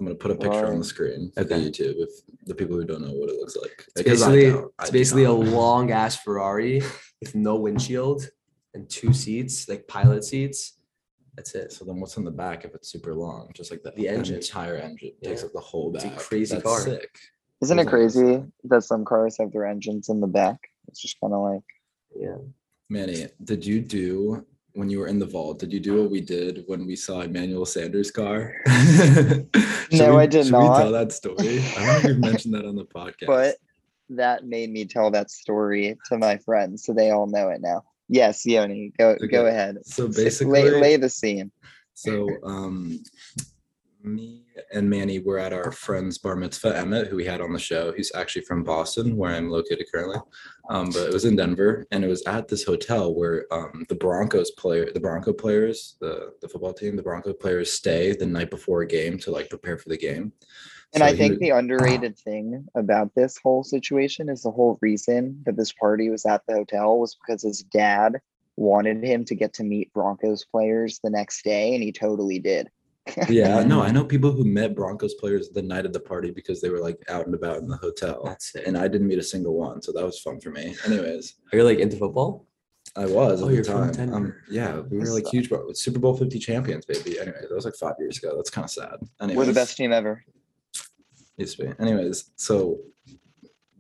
[SPEAKER 3] I'm gonna put a picture on
[SPEAKER 4] Ferrari.
[SPEAKER 3] the screen for the
[SPEAKER 5] Okay.
[SPEAKER 3] YouTube if the people who don't know what it looks like.
[SPEAKER 5] It's
[SPEAKER 3] 'Cause I
[SPEAKER 5] basically
[SPEAKER 3] don't, I
[SPEAKER 5] it's
[SPEAKER 3] do
[SPEAKER 5] basically a
[SPEAKER 3] not.
[SPEAKER 5] long ass Ferrari with no windshield and two seats, like pilot seats. That's it.
[SPEAKER 3] So then, what's in the back if it's super long? Just like the,
[SPEAKER 5] The engine.
[SPEAKER 3] entire engine takes
[SPEAKER 5] Yeah.
[SPEAKER 3] up the whole
[SPEAKER 5] It's
[SPEAKER 3] back.
[SPEAKER 5] a crazy
[SPEAKER 3] That's
[SPEAKER 5] car.
[SPEAKER 3] Sick.
[SPEAKER 4] Isn't it
[SPEAKER 3] Who's on this
[SPEAKER 4] crazy
[SPEAKER 3] side?
[SPEAKER 4] that some cars have their engines in the back? It's just kind of like
[SPEAKER 3] Manny, did you do when you were in the vault? Did you do what we did when we saw Emmanuel Sanders' car? <laughs>
[SPEAKER 4] No,
[SPEAKER 3] we,
[SPEAKER 4] I did
[SPEAKER 3] should
[SPEAKER 4] not.
[SPEAKER 3] We tell that story. I don't think we've mentioned that on the podcast.
[SPEAKER 4] <laughs> but that made me tell that story to my friends, so they all know it now. Yes, Yoni, go go
[SPEAKER 3] Okay.
[SPEAKER 4] ahead.
[SPEAKER 3] so
[SPEAKER 4] S- lay-
[SPEAKER 3] basically,
[SPEAKER 4] lay the scene.
[SPEAKER 3] So, um, me and Manny were at our friend's bar mitzvah, Emmett, who we had on the show. He's actually from Boston, where I'm located currently. Um, but it was in Denver, and it was at this hotel where um, the Broncos player, the Bronco players, the the football team, the Bronco players stay the night before a game to like prepare for the game.
[SPEAKER 4] And
[SPEAKER 3] So
[SPEAKER 4] I
[SPEAKER 3] he
[SPEAKER 4] think
[SPEAKER 3] was-
[SPEAKER 4] the underrated thing about this whole situation is the whole reason that this party was at the hotel was because his dad wanted him to get to meet Broncos players the next day, and he totally did. <laughs>
[SPEAKER 3] yeah, no, I know people who met Broncos players the night of the party because they were like out and about in the hotel,
[SPEAKER 5] That's it.
[SPEAKER 3] and I didn't meet a single one, so that was fun for me. Anyways.
[SPEAKER 5] Are you uh, like into football?
[SPEAKER 3] I was
[SPEAKER 5] Oh,
[SPEAKER 3] at the
[SPEAKER 5] you're from
[SPEAKER 3] time. Um,
[SPEAKER 5] Denver.
[SPEAKER 3] yeah, we were
[SPEAKER 4] That's
[SPEAKER 3] like
[SPEAKER 4] tough.
[SPEAKER 3] huge, but with Super Bowl Fifty champions, baby. Anyway, that was like five years ago. That's kind of sad. Anyways,
[SPEAKER 4] We're the best team ever.
[SPEAKER 3] Used to be. Anyways, so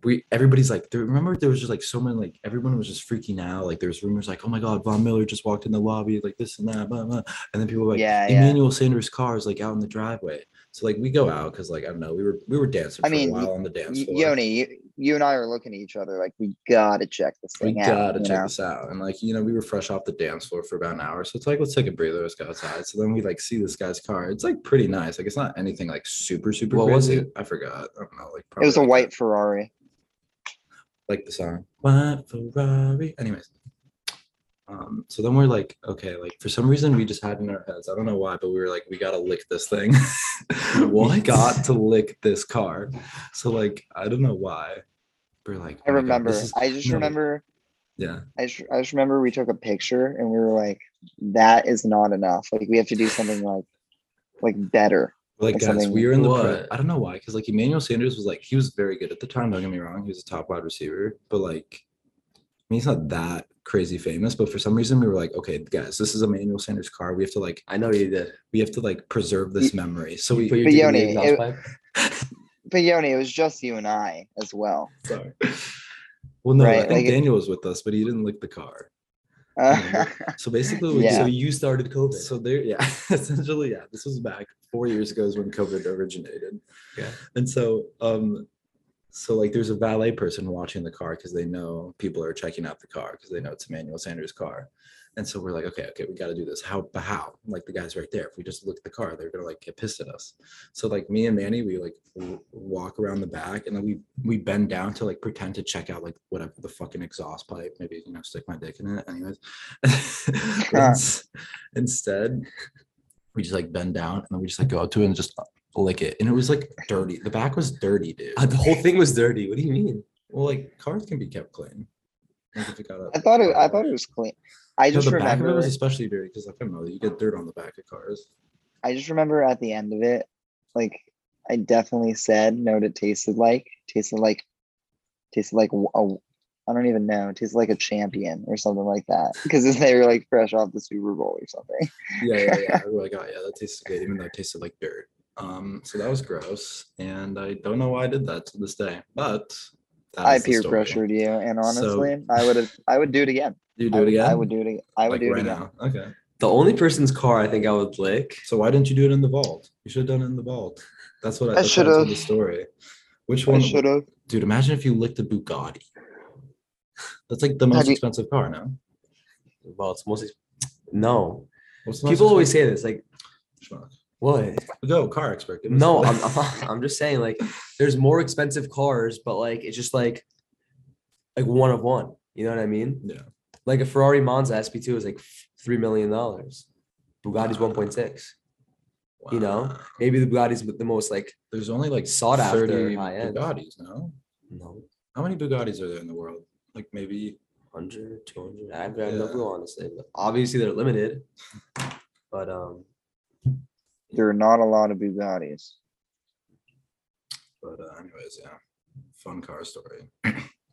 [SPEAKER 3] we everybody's like, there, remember there was just like so many like everyone was just freaking out. Like there was rumors like, oh my god, Von Miller just walked in the lobby, like this and that, blah, blah. and then people were like,
[SPEAKER 4] Yeah, yeah.
[SPEAKER 3] Emmanuel Sanders' car is like out in the driveway. So like we go out because like I don't know, we were we were dancing
[SPEAKER 4] I
[SPEAKER 3] for
[SPEAKER 4] mean,
[SPEAKER 3] a
[SPEAKER 4] y-
[SPEAKER 3] while on the dance
[SPEAKER 4] Y-
[SPEAKER 3] floor.
[SPEAKER 4] Yoni, you, you and I are looking at each other like we gotta check this
[SPEAKER 3] we
[SPEAKER 4] thing out.
[SPEAKER 3] gotta
[SPEAKER 4] you
[SPEAKER 3] check
[SPEAKER 4] know?
[SPEAKER 3] this out. And like, you know, we were fresh off the dance floor for about an hour. So it's like, let's take a breather, let's go outside. So then we like see this guy's car. It's like pretty nice. Like it's not anything like super, super
[SPEAKER 5] What was
[SPEAKER 3] crazy.
[SPEAKER 5] it?
[SPEAKER 3] I forgot. I don't know. Like
[SPEAKER 4] It was a
[SPEAKER 3] probably,
[SPEAKER 4] white Ferrari.
[SPEAKER 3] like the song. White Ferrari. Anyways. Um, so then we're like, okay, like for some reason we just had in our heads, I don't know why, but we were like, we gotta lick this thing. <laughs> we
[SPEAKER 5] What?
[SPEAKER 3] got to lick this car. So like I don't know why. We're like,
[SPEAKER 4] I
[SPEAKER 3] "Oh my God,
[SPEAKER 4] remember.
[SPEAKER 3] this is-
[SPEAKER 4] I just
[SPEAKER 3] no,
[SPEAKER 4] remember.
[SPEAKER 3] Yeah.
[SPEAKER 4] I just, I just remember we took a picture and we were like, "That is not enough. Like we have to do something like, like better."
[SPEAKER 3] Like
[SPEAKER 4] Like
[SPEAKER 3] guys,
[SPEAKER 4] something-
[SPEAKER 3] we were in the pre-
[SPEAKER 5] What?
[SPEAKER 3] I don't know why, because like Emmanuel Sanders was like he was very good at the time. Don't get me wrong, he was a top wide receiver, but like, I mean, he's not that crazy famous. But for some reason, we were like, okay, guys, this is Emmanuel Sanders' car. We have to like,
[SPEAKER 5] I know you did.
[SPEAKER 3] we have to like preserve this memory. So
[SPEAKER 5] You put
[SPEAKER 3] <laughs> we,
[SPEAKER 5] your
[SPEAKER 4] But
[SPEAKER 5] dick in the
[SPEAKER 4] Yoni,
[SPEAKER 5] exhaust
[SPEAKER 4] it-
[SPEAKER 5] pipe?
[SPEAKER 4] But Yoni, it was just you and I as well. <laughs>
[SPEAKER 3] sorry. Well, no, I
[SPEAKER 4] Right,
[SPEAKER 3] think
[SPEAKER 4] like it-
[SPEAKER 3] Daniel was with us, but he didn't lick the car.
[SPEAKER 4] Uh,
[SPEAKER 3] So basically, we,
[SPEAKER 4] <laughs> Yeah.
[SPEAKER 5] So
[SPEAKER 3] so
[SPEAKER 5] you started COVID.
[SPEAKER 3] So there, yeah, <laughs> essentially, yeah. This was back four years ago is when COVID originated.
[SPEAKER 5] Yeah.
[SPEAKER 3] And so, um, so like there's a valet person watching the car because they know people are checking out the car because they know it's Emmanuel Sanders' car. And so we're like, okay, okay, we got to do this. How, but how? Like the guy's right there. If we just look at the car, they're gonna like get pissed at us. So like me and Manny, we like w- walk around the back and then we we bend down to like pretend to check out like whatever the fucking exhaust pipe. Maybe you know stick my dick in it. Anyways, <laughs> But ins- instead we just like bend down and then we just like go up to it and just uh, lick it. And it was like dirty. The back was dirty, dude.
[SPEAKER 5] Uh, the whole thing was dirty. What do you mean?
[SPEAKER 3] Well, like cars can be kept clean. Like, if it got a
[SPEAKER 4] I thought it. I
[SPEAKER 3] car
[SPEAKER 4] thought
[SPEAKER 3] wash.
[SPEAKER 4] it was clean. I
[SPEAKER 3] No,
[SPEAKER 4] just
[SPEAKER 3] the back of it
[SPEAKER 4] remember
[SPEAKER 3] was especially dirty because I don't know, you get dirt on the back of cars.
[SPEAKER 4] I just remember at the end of it, like I definitely said, know what it tasted like. Tasted like, tasted like w- a, I don't even know. Tasted like a champion or something like that. Because they were like fresh off the Super Bowl or something.
[SPEAKER 3] Yeah, yeah, yeah. we were like, oh yeah, that tasted good, even though it tasted like dirt. Um, so that was gross, and I don't know why I did that to this day, but that
[SPEAKER 4] I
[SPEAKER 3] is the
[SPEAKER 4] peer
[SPEAKER 3] story.
[SPEAKER 4] pressured you, and
[SPEAKER 3] So-
[SPEAKER 4] honestly, I would have, I would do it again.
[SPEAKER 3] You
[SPEAKER 4] I
[SPEAKER 3] do it
[SPEAKER 4] would-
[SPEAKER 3] again.
[SPEAKER 4] I would do it. ag- I would
[SPEAKER 3] like
[SPEAKER 4] do it
[SPEAKER 3] right
[SPEAKER 4] again.
[SPEAKER 3] now. Okay.
[SPEAKER 5] The only person's car I think I would lick.
[SPEAKER 3] So why didn't you do it in the vault? You should have done it in the vault. That's what I,
[SPEAKER 4] I
[SPEAKER 3] that's how I told
[SPEAKER 4] should've.
[SPEAKER 3] the story. Which
[SPEAKER 4] I
[SPEAKER 3] one,
[SPEAKER 4] should have.
[SPEAKER 3] dude? Imagine if you licked a Bugatti. That's like the
[SPEAKER 4] Have
[SPEAKER 3] most
[SPEAKER 4] you-
[SPEAKER 3] expensive car, no?
[SPEAKER 5] Well, it's mostly no.
[SPEAKER 3] What's the most
[SPEAKER 5] People always
[SPEAKER 3] expensive-
[SPEAKER 5] say this, like,
[SPEAKER 3] Schmuck.
[SPEAKER 5] what?
[SPEAKER 3] Go car expert. give us
[SPEAKER 5] No,
[SPEAKER 3] the- <laughs>
[SPEAKER 5] I'm, I'm I'm just saying like there's more expensive cars, but like it's just like like one of one. You know what I mean?
[SPEAKER 3] Yeah.
[SPEAKER 5] Like a Ferrari Monza SP2 is like three million dollars. Bugatti's one point six. you know,
[SPEAKER 3] Wow.
[SPEAKER 5] Maybe the Bugatti's the most like
[SPEAKER 3] there's only like
[SPEAKER 5] sought after
[SPEAKER 3] 30
[SPEAKER 5] high-end.
[SPEAKER 3] Bugattis. No,
[SPEAKER 5] no
[SPEAKER 3] how many Bugattis are there in the world? Like maybe
[SPEAKER 5] 100, 200. I have I have no
[SPEAKER 3] Yeah.
[SPEAKER 5] clue honestly. But obviously they're limited. But um,
[SPEAKER 4] There are not a lot of Bugattis.
[SPEAKER 3] But uh, anyways, yeah, fun car story.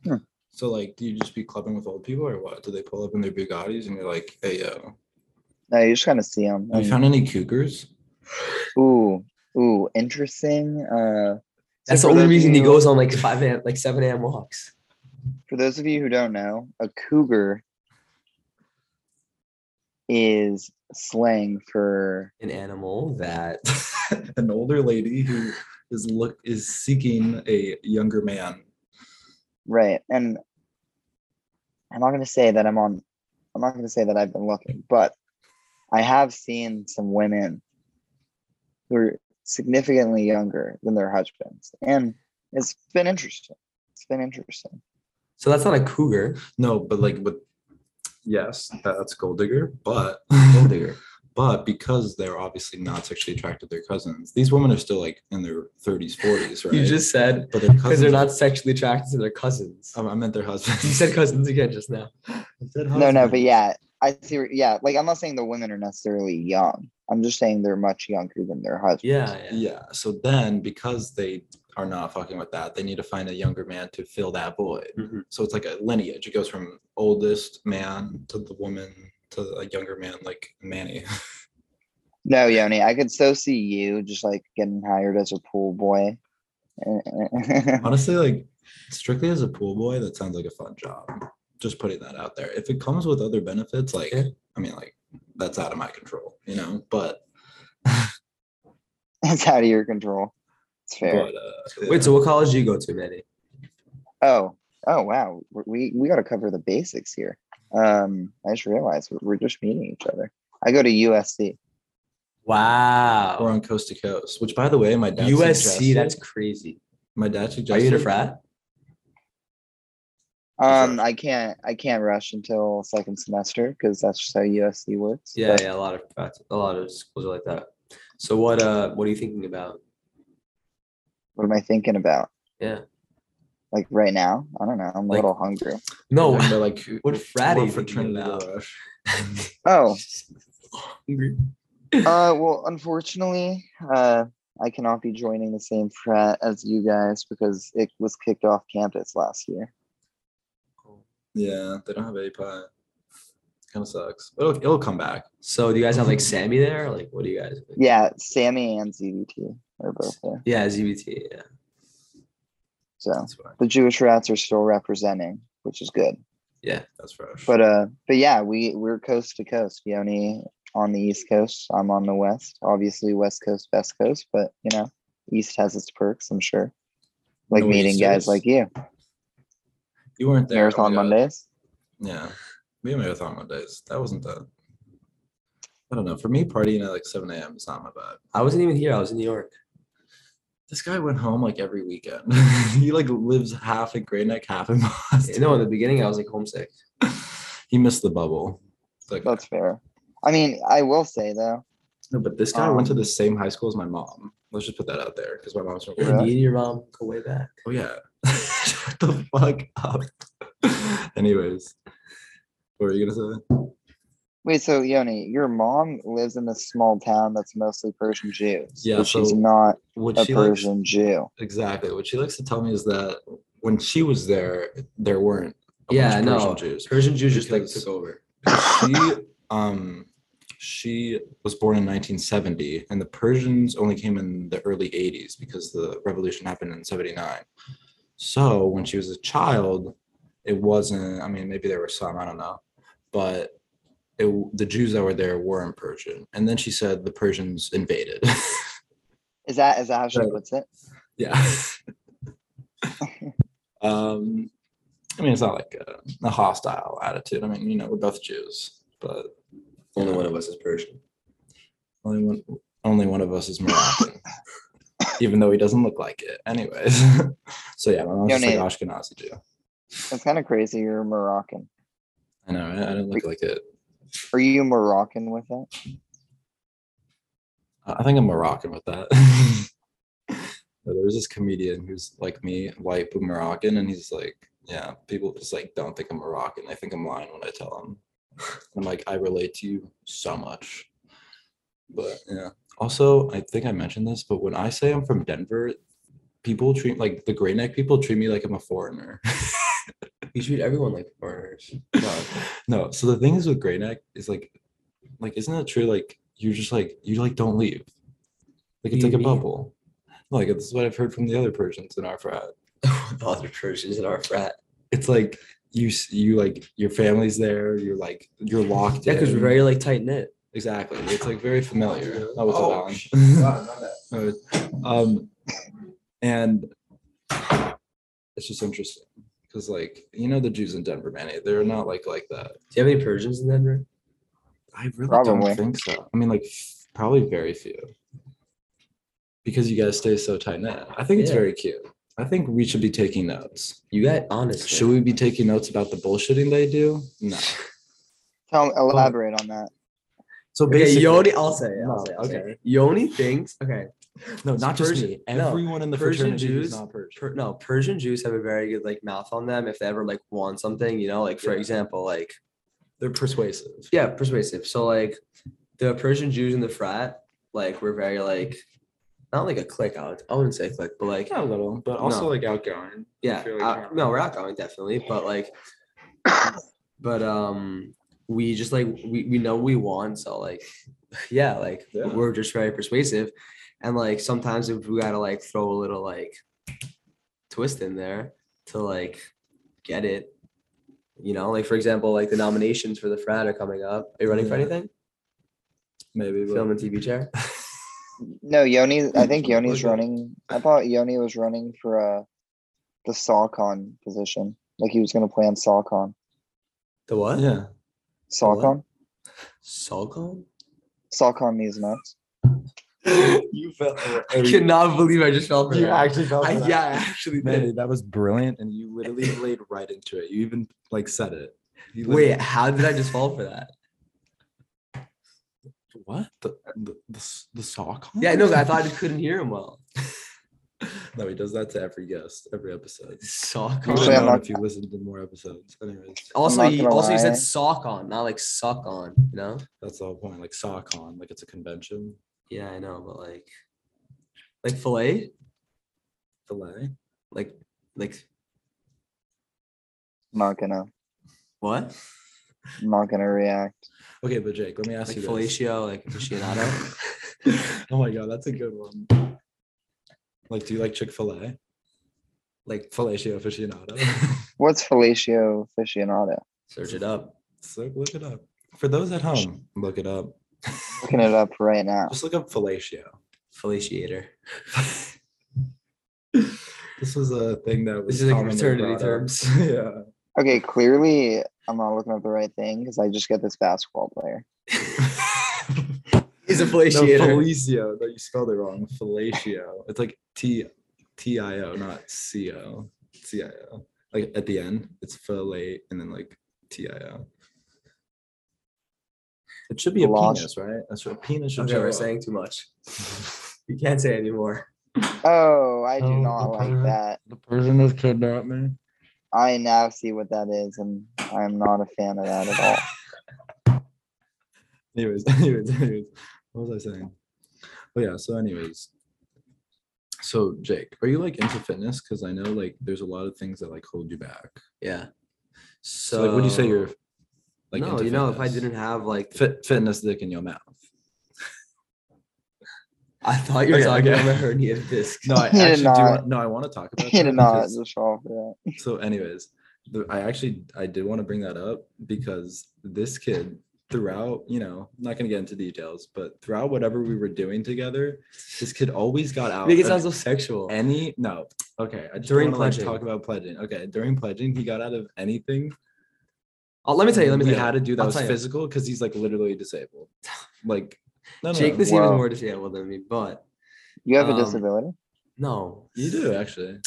[SPEAKER 4] Yeah.
[SPEAKER 3] So like, do you just be clubbing with old people or what? Do they pull up in their Bugattis and you're like, hey yo,
[SPEAKER 4] No, you just kind of see them.
[SPEAKER 3] have you found any cougars? <laughs>
[SPEAKER 4] ooh, ooh, interesting. Uh, so
[SPEAKER 5] that's
[SPEAKER 4] for
[SPEAKER 5] the only
[SPEAKER 4] those of
[SPEAKER 5] reason he
[SPEAKER 4] you-
[SPEAKER 5] goes on like five a.m. like seven a.m. walks.
[SPEAKER 4] for those of you who don't know, a cougar is slang for
[SPEAKER 5] An animal that
[SPEAKER 3] An older lady who is look is seeking a younger man.
[SPEAKER 4] right. And I'm not gonna say that I'm on I'm not gonna say that I've been looking, but I have seen some women who are significantly younger than their husbands. And it's been interesting. It's been interesting.
[SPEAKER 5] so that's not a cougar.
[SPEAKER 3] No, but like, but yes, that's gold digger. <laughs> But
[SPEAKER 5] Gold digger.
[SPEAKER 3] but because they're obviously not sexually attracted to their cousins, these women are still like in their 30s, 40s, right?
[SPEAKER 5] <laughs> <laughs> You just said Um,
[SPEAKER 3] but
[SPEAKER 5] <laughs>
[SPEAKER 3] their
[SPEAKER 5] Because
[SPEAKER 3] cousins.
[SPEAKER 5] they're not sexually attracted to their cousins.
[SPEAKER 3] I I meant their husbands.
[SPEAKER 5] you said cousins again just now.
[SPEAKER 3] I said
[SPEAKER 4] No, no, but
[SPEAKER 3] husbands.
[SPEAKER 4] yeah, I see what- yeah, like I'm not saying the women are necessarily young. I'm just saying they're much younger than their husbands.
[SPEAKER 5] Yeah, yeah.
[SPEAKER 3] <laughs> Yeah. So then, because they are not fucking with that, they need to find a younger man to fill that void.
[SPEAKER 5] Mhm.
[SPEAKER 3] So it's like a lineage. It goes from oldest man to the woman to a younger man like Manny.
[SPEAKER 4] No, Yoni, I could so see you just like getting hired as a pool boy.
[SPEAKER 3] <laughs>
[SPEAKER 4] <laughs>
[SPEAKER 3] Honestly, like strictly as a pool boy, that sounds like a fun job. Just putting that out there. If it comes with other benefits, like
[SPEAKER 5] Yeah.
[SPEAKER 3] I mean, like that's out of my control, you know. But
[SPEAKER 4] it's out of your control. It's fair.
[SPEAKER 3] but uh,
[SPEAKER 5] Wait, so what college do you go to, Manny?
[SPEAKER 4] Oh, oh wow, we we got to cover the basics here. Um, I just realized we're, we're just meeting each other. I go to USC.
[SPEAKER 3] we're
[SPEAKER 5] Wow.
[SPEAKER 3] on coast to coast. Which, by the way, my dad
[SPEAKER 5] USC,
[SPEAKER 3] suggested-
[SPEAKER 5] that's crazy.
[SPEAKER 3] my dad
[SPEAKER 5] Are
[SPEAKER 3] suggested.
[SPEAKER 5] you in a frat?
[SPEAKER 4] Um, I can't I can't rush until second semester because that's just how USC works.
[SPEAKER 5] Yeah,
[SPEAKER 4] but
[SPEAKER 5] yeah, a lot of frats, a lot of schools are like that. So what uh what are you thinking about?
[SPEAKER 4] What am I thinking about?
[SPEAKER 5] Yeah.
[SPEAKER 4] Like right now, I don't know. I'm a
[SPEAKER 5] Like-
[SPEAKER 4] little hungry.
[SPEAKER 5] No,
[SPEAKER 3] Like, they're like
[SPEAKER 5] <laughs> what frat are you thinking
[SPEAKER 3] fraternity
[SPEAKER 5] about?
[SPEAKER 3] rush?
[SPEAKER 4] Oh,
[SPEAKER 5] Hungry.
[SPEAKER 4] Uh, well, unfortunately, uh, I cannot be joining the same frat as you guys because it was kicked off campus last year.
[SPEAKER 3] Yeah, they don't have a pie. Kind of sucks. But it'll, it'll come back.
[SPEAKER 5] So do you guys have like Sammy there? Like what do you guys
[SPEAKER 4] Yeah, Sammy and ZVT are both there.
[SPEAKER 5] Yeah, ZBT, yeah.
[SPEAKER 4] So
[SPEAKER 3] That's fine.
[SPEAKER 4] the Jewish rats are still representing, which is good.
[SPEAKER 3] That's fresh.
[SPEAKER 4] But uh, but yeah, we we're coast to coast. Yoni on the East Coast, I'm on the West. Obviously, West Coast, best coast, but you know, East has its perks. I'm sure. Like
[SPEAKER 3] No
[SPEAKER 4] meeting guys
[SPEAKER 3] Easters?
[SPEAKER 4] like you,
[SPEAKER 3] you weren't there. oh
[SPEAKER 4] Marathon
[SPEAKER 3] my God.
[SPEAKER 4] Mondays.
[SPEAKER 3] Yeah. We had marathon Mondays. That wasn't that. I don't know. For me, partying at like 7 a.m. is not my vibe.
[SPEAKER 5] I wasn't even here, I was in New York.
[SPEAKER 3] This guy went home like every weekend. <laughs> he like lives half in Great Neck, half in <laughs>
[SPEAKER 5] You
[SPEAKER 3] Boston.
[SPEAKER 5] know, in the beginning I was like homesick.
[SPEAKER 3] he missed the bubble. It's Like,
[SPEAKER 4] That's fair. I mean, I will say though,
[SPEAKER 3] no, but this guy went to
[SPEAKER 4] um,
[SPEAKER 3] the same high school as my mom. Let's just put that out there because my mom's from Great
[SPEAKER 5] Me
[SPEAKER 3] Neck.
[SPEAKER 5] and your mom go way back.
[SPEAKER 3] Oh yeah. <laughs> <laughs> Shut the fuck up. Anyways, what were you gonna say?
[SPEAKER 4] Wait, so Yoni, your mom lives in a small town that's mostly Persian Jews.
[SPEAKER 3] Yeah,
[SPEAKER 4] but she's
[SPEAKER 3] so
[SPEAKER 4] not
[SPEAKER 3] What
[SPEAKER 4] a
[SPEAKER 3] she likes
[SPEAKER 4] Persian Jew.
[SPEAKER 3] exactly what she likes to tell me is that when she was there, there weren't a
[SPEAKER 5] Yeah,
[SPEAKER 3] bunch of Persian
[SPEAKER 5] no.
[SPEAKER 3] Jews.
[SPEAKER 5] Persian Jews just like
[SPEAKER 3] Because-
[SPEAKER 5] took over.
[SPEAKER 3] she um she was born in 1970 and the persians only came in the early 80s because the revolution happened in 79 so when she was a child it wasn't i mean maybe there were some i don't know but it, the jews that were there weren't persian and then she said the persians invaded <laughs>
[SPEAKER 4] Is that is that how she
[SPEAKER 3] Right.
[SPEAKER 4] puts it?
[SPEAKER 3] yeah <laughs> um i mean it's not like a, a hostile attitude i mean you know we're both jews but
[SPEAKER 5] Only one of us is Persian.
[SPEAKER 3] Only one, only one of us is
[SPEAKER 5] <laughs>
[SPEAKER 3] Moroccan, even though he doesn't look like it. Anyways, <laughs> so yeah, my mom's
[SPEAKER 4] Your
[SPEAKER 3] just like
[SPEAKER 4] name.
[SPEAKER 3] Ashkenazi Jew.
[SPEAKER 4] That's kind of crazy. You're Moroccan.
[SPEAKER 3] I know I, I don't look like it.
[SPEAKER 4] Are you Moroccan with it?
[SPEAKER 3] I I think I'm Moroccan with that. <laughs> But there was this comedian who's like me, white but Moroccan, and he's like, yeah, people just like don't think I'm Moroccan. They think I'm lying when I tell them. I'm like, I relate to you so much. But yeah. Also, I think I mentioned this, but when I say I'm from Denver, people treat like the gray neck people treat me like I'm a foreigner.
[SPEAKER 5] You treat everyone like foreigners. <laughs>
[SPEAKER 3] no, no. So the thing is with gray neck is like, like isn't it true? Like you're just like you like don't leave. Like it's
[SPEAKER 5] What do
[SPEAKER 3] like a
[SPEAKER 5] you mean?
[SPEAKER 3] bubble. Like this is what I've heard from the other Persians in our frat.
[SPEAKER 5] the other Persians in our frat.
[SPEAKER 3] It's like you s- you like your family's there. You're like you're locked
[SPEAKER 5] Yeah, because
[SPEAKER 3] in.
[SPEAKER 5] we're very like tight knit.
[SPEAKER 3] exactly. It's like very familiar. Oh, what's
[SPEAKER 5] Oh,
[SPEAKER 3] up, Alan? <laughs> um, and it's just interesting because like you know the Jews in Denver, Manny, they're not like like that.
[SPEAKER 5] Do you have any Persians in Denver?
[SPEAKER 3] I really
[SPEAKER 4] Probably.
[SPEAKER 3] don't think so. I mean, like f- probably very few, because you guys stay so tight knit. I think it's
[SPEAKER 5] Yeah.
[SPEAKER 3] very cute. I think we should be taking notes.
[SPEAKER 5] You got honestly.
[SPEAKER 3] Should we be taking notes about the bullshitting they do? No.
[SPEAKER 4] Tell elaborate on that.
[SPEAKER 3] So
[SPEAKER 5] Okay,
[SPEAKER 3] basically,
[SPEAKER 5] Yoni, I'll say it. I'll
[SPEAKER 3] No,
[SPEAKER 5] say it, I'll say
[SPEAKER 3] okay.
[SPEAKER 5] it. Yoni thinks. Okay.
[SPEAKER 3] no, not just
[SPEAKER 5] Persian-
[SPEAKER 3] me.
[SPEAKER 5] no,
[SPEAKER 3] Everyone in the
[SPEAKER 5] Persian
[SPEAKER 3] fraternity
[SPEAKER 5] Jews-
[SPEAKER 3] is not Persian.
[SPEAKER 5] Per, no, Persian Jews have a very good like mouth on them if they ever like want something, you know, like for
[SPEAKER 3] Yeah.
[SPEAKER 5] example, like
[SPEAKER 3] They're persuasive.
[SPEAKER 5] yeah, persuasive. So like the Persian Jews in the frat, like were very like not like a clique. I, would, I wouldn't say clique, but like
[SPEAKER 3] Yeah, a little, but also
[SPEAKER 5] No.
[SPEAKER 3] like outgoing.
[SPEAKER 5] yeah,
[SPEAKER 3] feel like
[SPEAKER 5] out-
[SPEAKER 3] you're-
[SPEAKER 5] no, we're outgoing definitely, but like, but um, we just like we we know we want, so like, <laughs> yeah, like
[SPEAKER 3] Yeah.
[SPEAKER 5] we're just very persuasive, and like sometimes if we gotta like throw a little like twist in there to like get it, you know, like for example, like the nominations for the frat are coming up. Are you running for
[SPEAKER 3] Yeah.
[SPEAKER 5] anything?
[SPEAKER 3] Maybe. but-
[SPEAKER 5] Film and TV chair.
[SPEAKER 4] No, Yoni. I think Yoni's
[SPEAKER 3] Look at-
[SPEAKER 4] running. I thought Yoni was running for uh the SawCon position. Like he was going to play on SawCon.
[SPEAKER 5] The what?
[SPEAKER 3] <laughs> Yeah.
[SPEAKER 4] SawCon.
[SPEAKER 5] Solcom.
[SPEAKER 4] SawCon means nuts.
[SPEAKER 3] <laughs> <laughs> you felt.
[SPEAKER 5] I cannot believe I just fell for
[SPEAKER 3] You
[SPEAKER 5] that.
[SPEAKER 3] actually felt.
[SPEAKER 5] I,
[SPEAKER 3] for that.
[SPEAKER 5] yeah, I
[SPEAKER 3] <laughs>
[SPEAKER 5] actually did.
[SPEAKER 3] Manny, that was brilliant, and you literally laid right into it. You even like said it. You literally-
[SPEAKER 5] Wait, how did I just fall for that?
[SPEAKER 3] what? The the the, s- the sock?
[SPEAKER 5] Yeah, no,
[SPEAKER 3] <laughs>
[SPEAKER 5] I thought I just couldn't hear him well.
[SPEAKER 3] No, he does that to every guest, every episode.
[SPEAKER 5] Sock
[SPEAKER 3] You would
[SPEAKER 5] on.
[SPEAKER 4] Actually,
[SPEAKER 3] have
[SPEAKER 4] I'm
[SPEAKER 3] known
[SPEAKER 4] not-
[SPEAKER 3] if you listened to more episodes. Anyways,
[SPEAKER 5] also,
[SPEAKER 4] not
[SPEAKER 5] you,
[SPEAKER 4] gonna
[SPEAKER 5] also you
[SPEAKER 4] lie.
[SPEAKER 5] said sock on, not like suck on. You know?
[SPEAKER 3] that's the whole point. Like sock on, like it's a convention.
[SPEAKER 5] Yeah, I know, but like, like fillet,
[SPEAKER 3] Delay.
[SPEAKER 5] like, like
[SPEAKER 4] I'm not gonna.
[SPEAKER 5] what?
[SPEAKER 4] I'm not gonna react.
[SPEAKER 3] Okay, but Jake, let me ask
[SPEAKER 5] Like
[SPEAKER 3] you this.
[SPEAKER 5] fellatio, like aficionado.
[SPEAKER 3] <laughs> oh my god, that's a good one. Like, do you like Chick Fil A? Like fellatio
[SPEAKER 5] <laughs>
[SPEAKER 3] aficionado.
[SPEAKER 4] What's fellatio aficionado?
[SPEAKER 5] Search it up.
[SPEAKER 3] So look it up. For those at home, look it up.
[SPEAKER 4] Looking it up right now.
[SPEAKER 3] Just look up fellatio.
[SPEAKER 5] Fellatiator.
[SPEAKER 3] this was a thing that was
[SPEAKER 5] This is like
[SPEAKER 3] commonly
[SPEAKER 5] fraternity
[SPEAKER 3] brought up. <laughs>
[SPEAKER 5] terms. <laughs>
[SPEAKER 3] yeah.
[SPEAKER 4] Okay, clearly I'm not looking up the right thing because I just get this basketball player.
[SPEAKER 5] <laughs> He's a
[SPEAKER 3] No,
[SPEAKER 5] fellatiator.
[SPEAKER 3] fellatio. No, you spelled it wrong. Fellatio. It's like T T I O, not C O. C I O. Like at the end, it's fillet and then like T I O. It should be a
[SPEAKER 4] Fellati-
[SPEAKER 3] penis, right? That's what a penis should
[SPEAKER 5] Okay,
[SPEAKER 3] show
[SPEAKER 5] we're
[SPEAKER 3] up.
[SPEAKER 5] saying too much. <laughs> You can't say anymore.
[SPEAKER 4] Oh, I do
[SPEAKER 3] Oh,
[SPEAKER 4] not like
[SPEAKER 3] okay.
[SPEAKER 4] that.
[SPEAKER 3] The person has kidnapped me.
[SPEAKER 4] I now see what that is, and I'm not a fan of that at all.
[SPEAKER 3] anyways, <laughs> anyways, anyways, what was I saying? Oh yeah, so anyways. So Jake, are you like into fitness? Because I know like there's a lot of things that like hold you back.
[SPEAKER 5] Yeah.
[SPEAKER 3] So,
[SPEAKER 5] So,
[SPEAKER 3] like, would you say you're like?
[SPEAKER 5] no,
[SPEAKER 3] into
[SPEAKER 5] you know, if I
[SPEAKER 3] fitness?
[SPEAKER 5] didn't have like,
[SPEAKER 3] fit fitness dick in your mouth.
[SPEAKER 5] I thought you were
[SPEAKER 3] Okay,
[SPEAKER 5] talking
[SPEAKER 3] okay.
[SPEAKER 5] about a hernia disc.
[SPEAKER 3] No, I
[SPEAKER 4] He did
[SPEAKER 3] actually do.
[SPEAKER 4] not.
[SPEAKER 3] Want, no, I want to talk
[SPEAKER 4] <laughs>
[SPEAKER 3] about.
[SPEAKER 4] You
[SPEAKER 3] that
[SPEAKER 4] did not
[SPEAKER 3] because-
[SPEAKER 4] just fall for that.
[SPEAKER 3] So, anyways, the, I actually I did want to bring that up because this kid throughout, you know, I'm not gonna get into details, but throughout whatever we were doing together, this kid always got out.
[SPEAKER 5] Make it
[SPEAKER 3] of
[SPEAKER 5] sound so sexual.
[SPEAKER 3] any no okay I just
[SPEAKER 5] During
[SPEAKER 3] during pledging
[SPEAKER 5] pledging.
[SPEAKER 3] talk about pledging okay during pledging he got out of anything
[SPEAKER 5] Oh, let me tell you. Let me
[SPEAKER 3] we
[SPEAKER 5] tell you
[SPEAKER 3] had to do that
[SPEAKER 5] I'll
[SPEAKER 3] was
[SPEAKER 5] tell you.
[SPEAKER 3] physical because he's like literally disabled like no no,
[SPEAKER 5] Jake
[SPEAKER 3] no.
[SPEAKER 5] this
[SPEAKER 4] Wow.
[SPEAKER 5] even more disabled than me, but
[SPEAKER 4] You have a
[SPEAKER 5] Um,
[SPEAKER 4] disability?
[SPEAKER 5] no,
[SPEAKER 3] you do <laughs> actually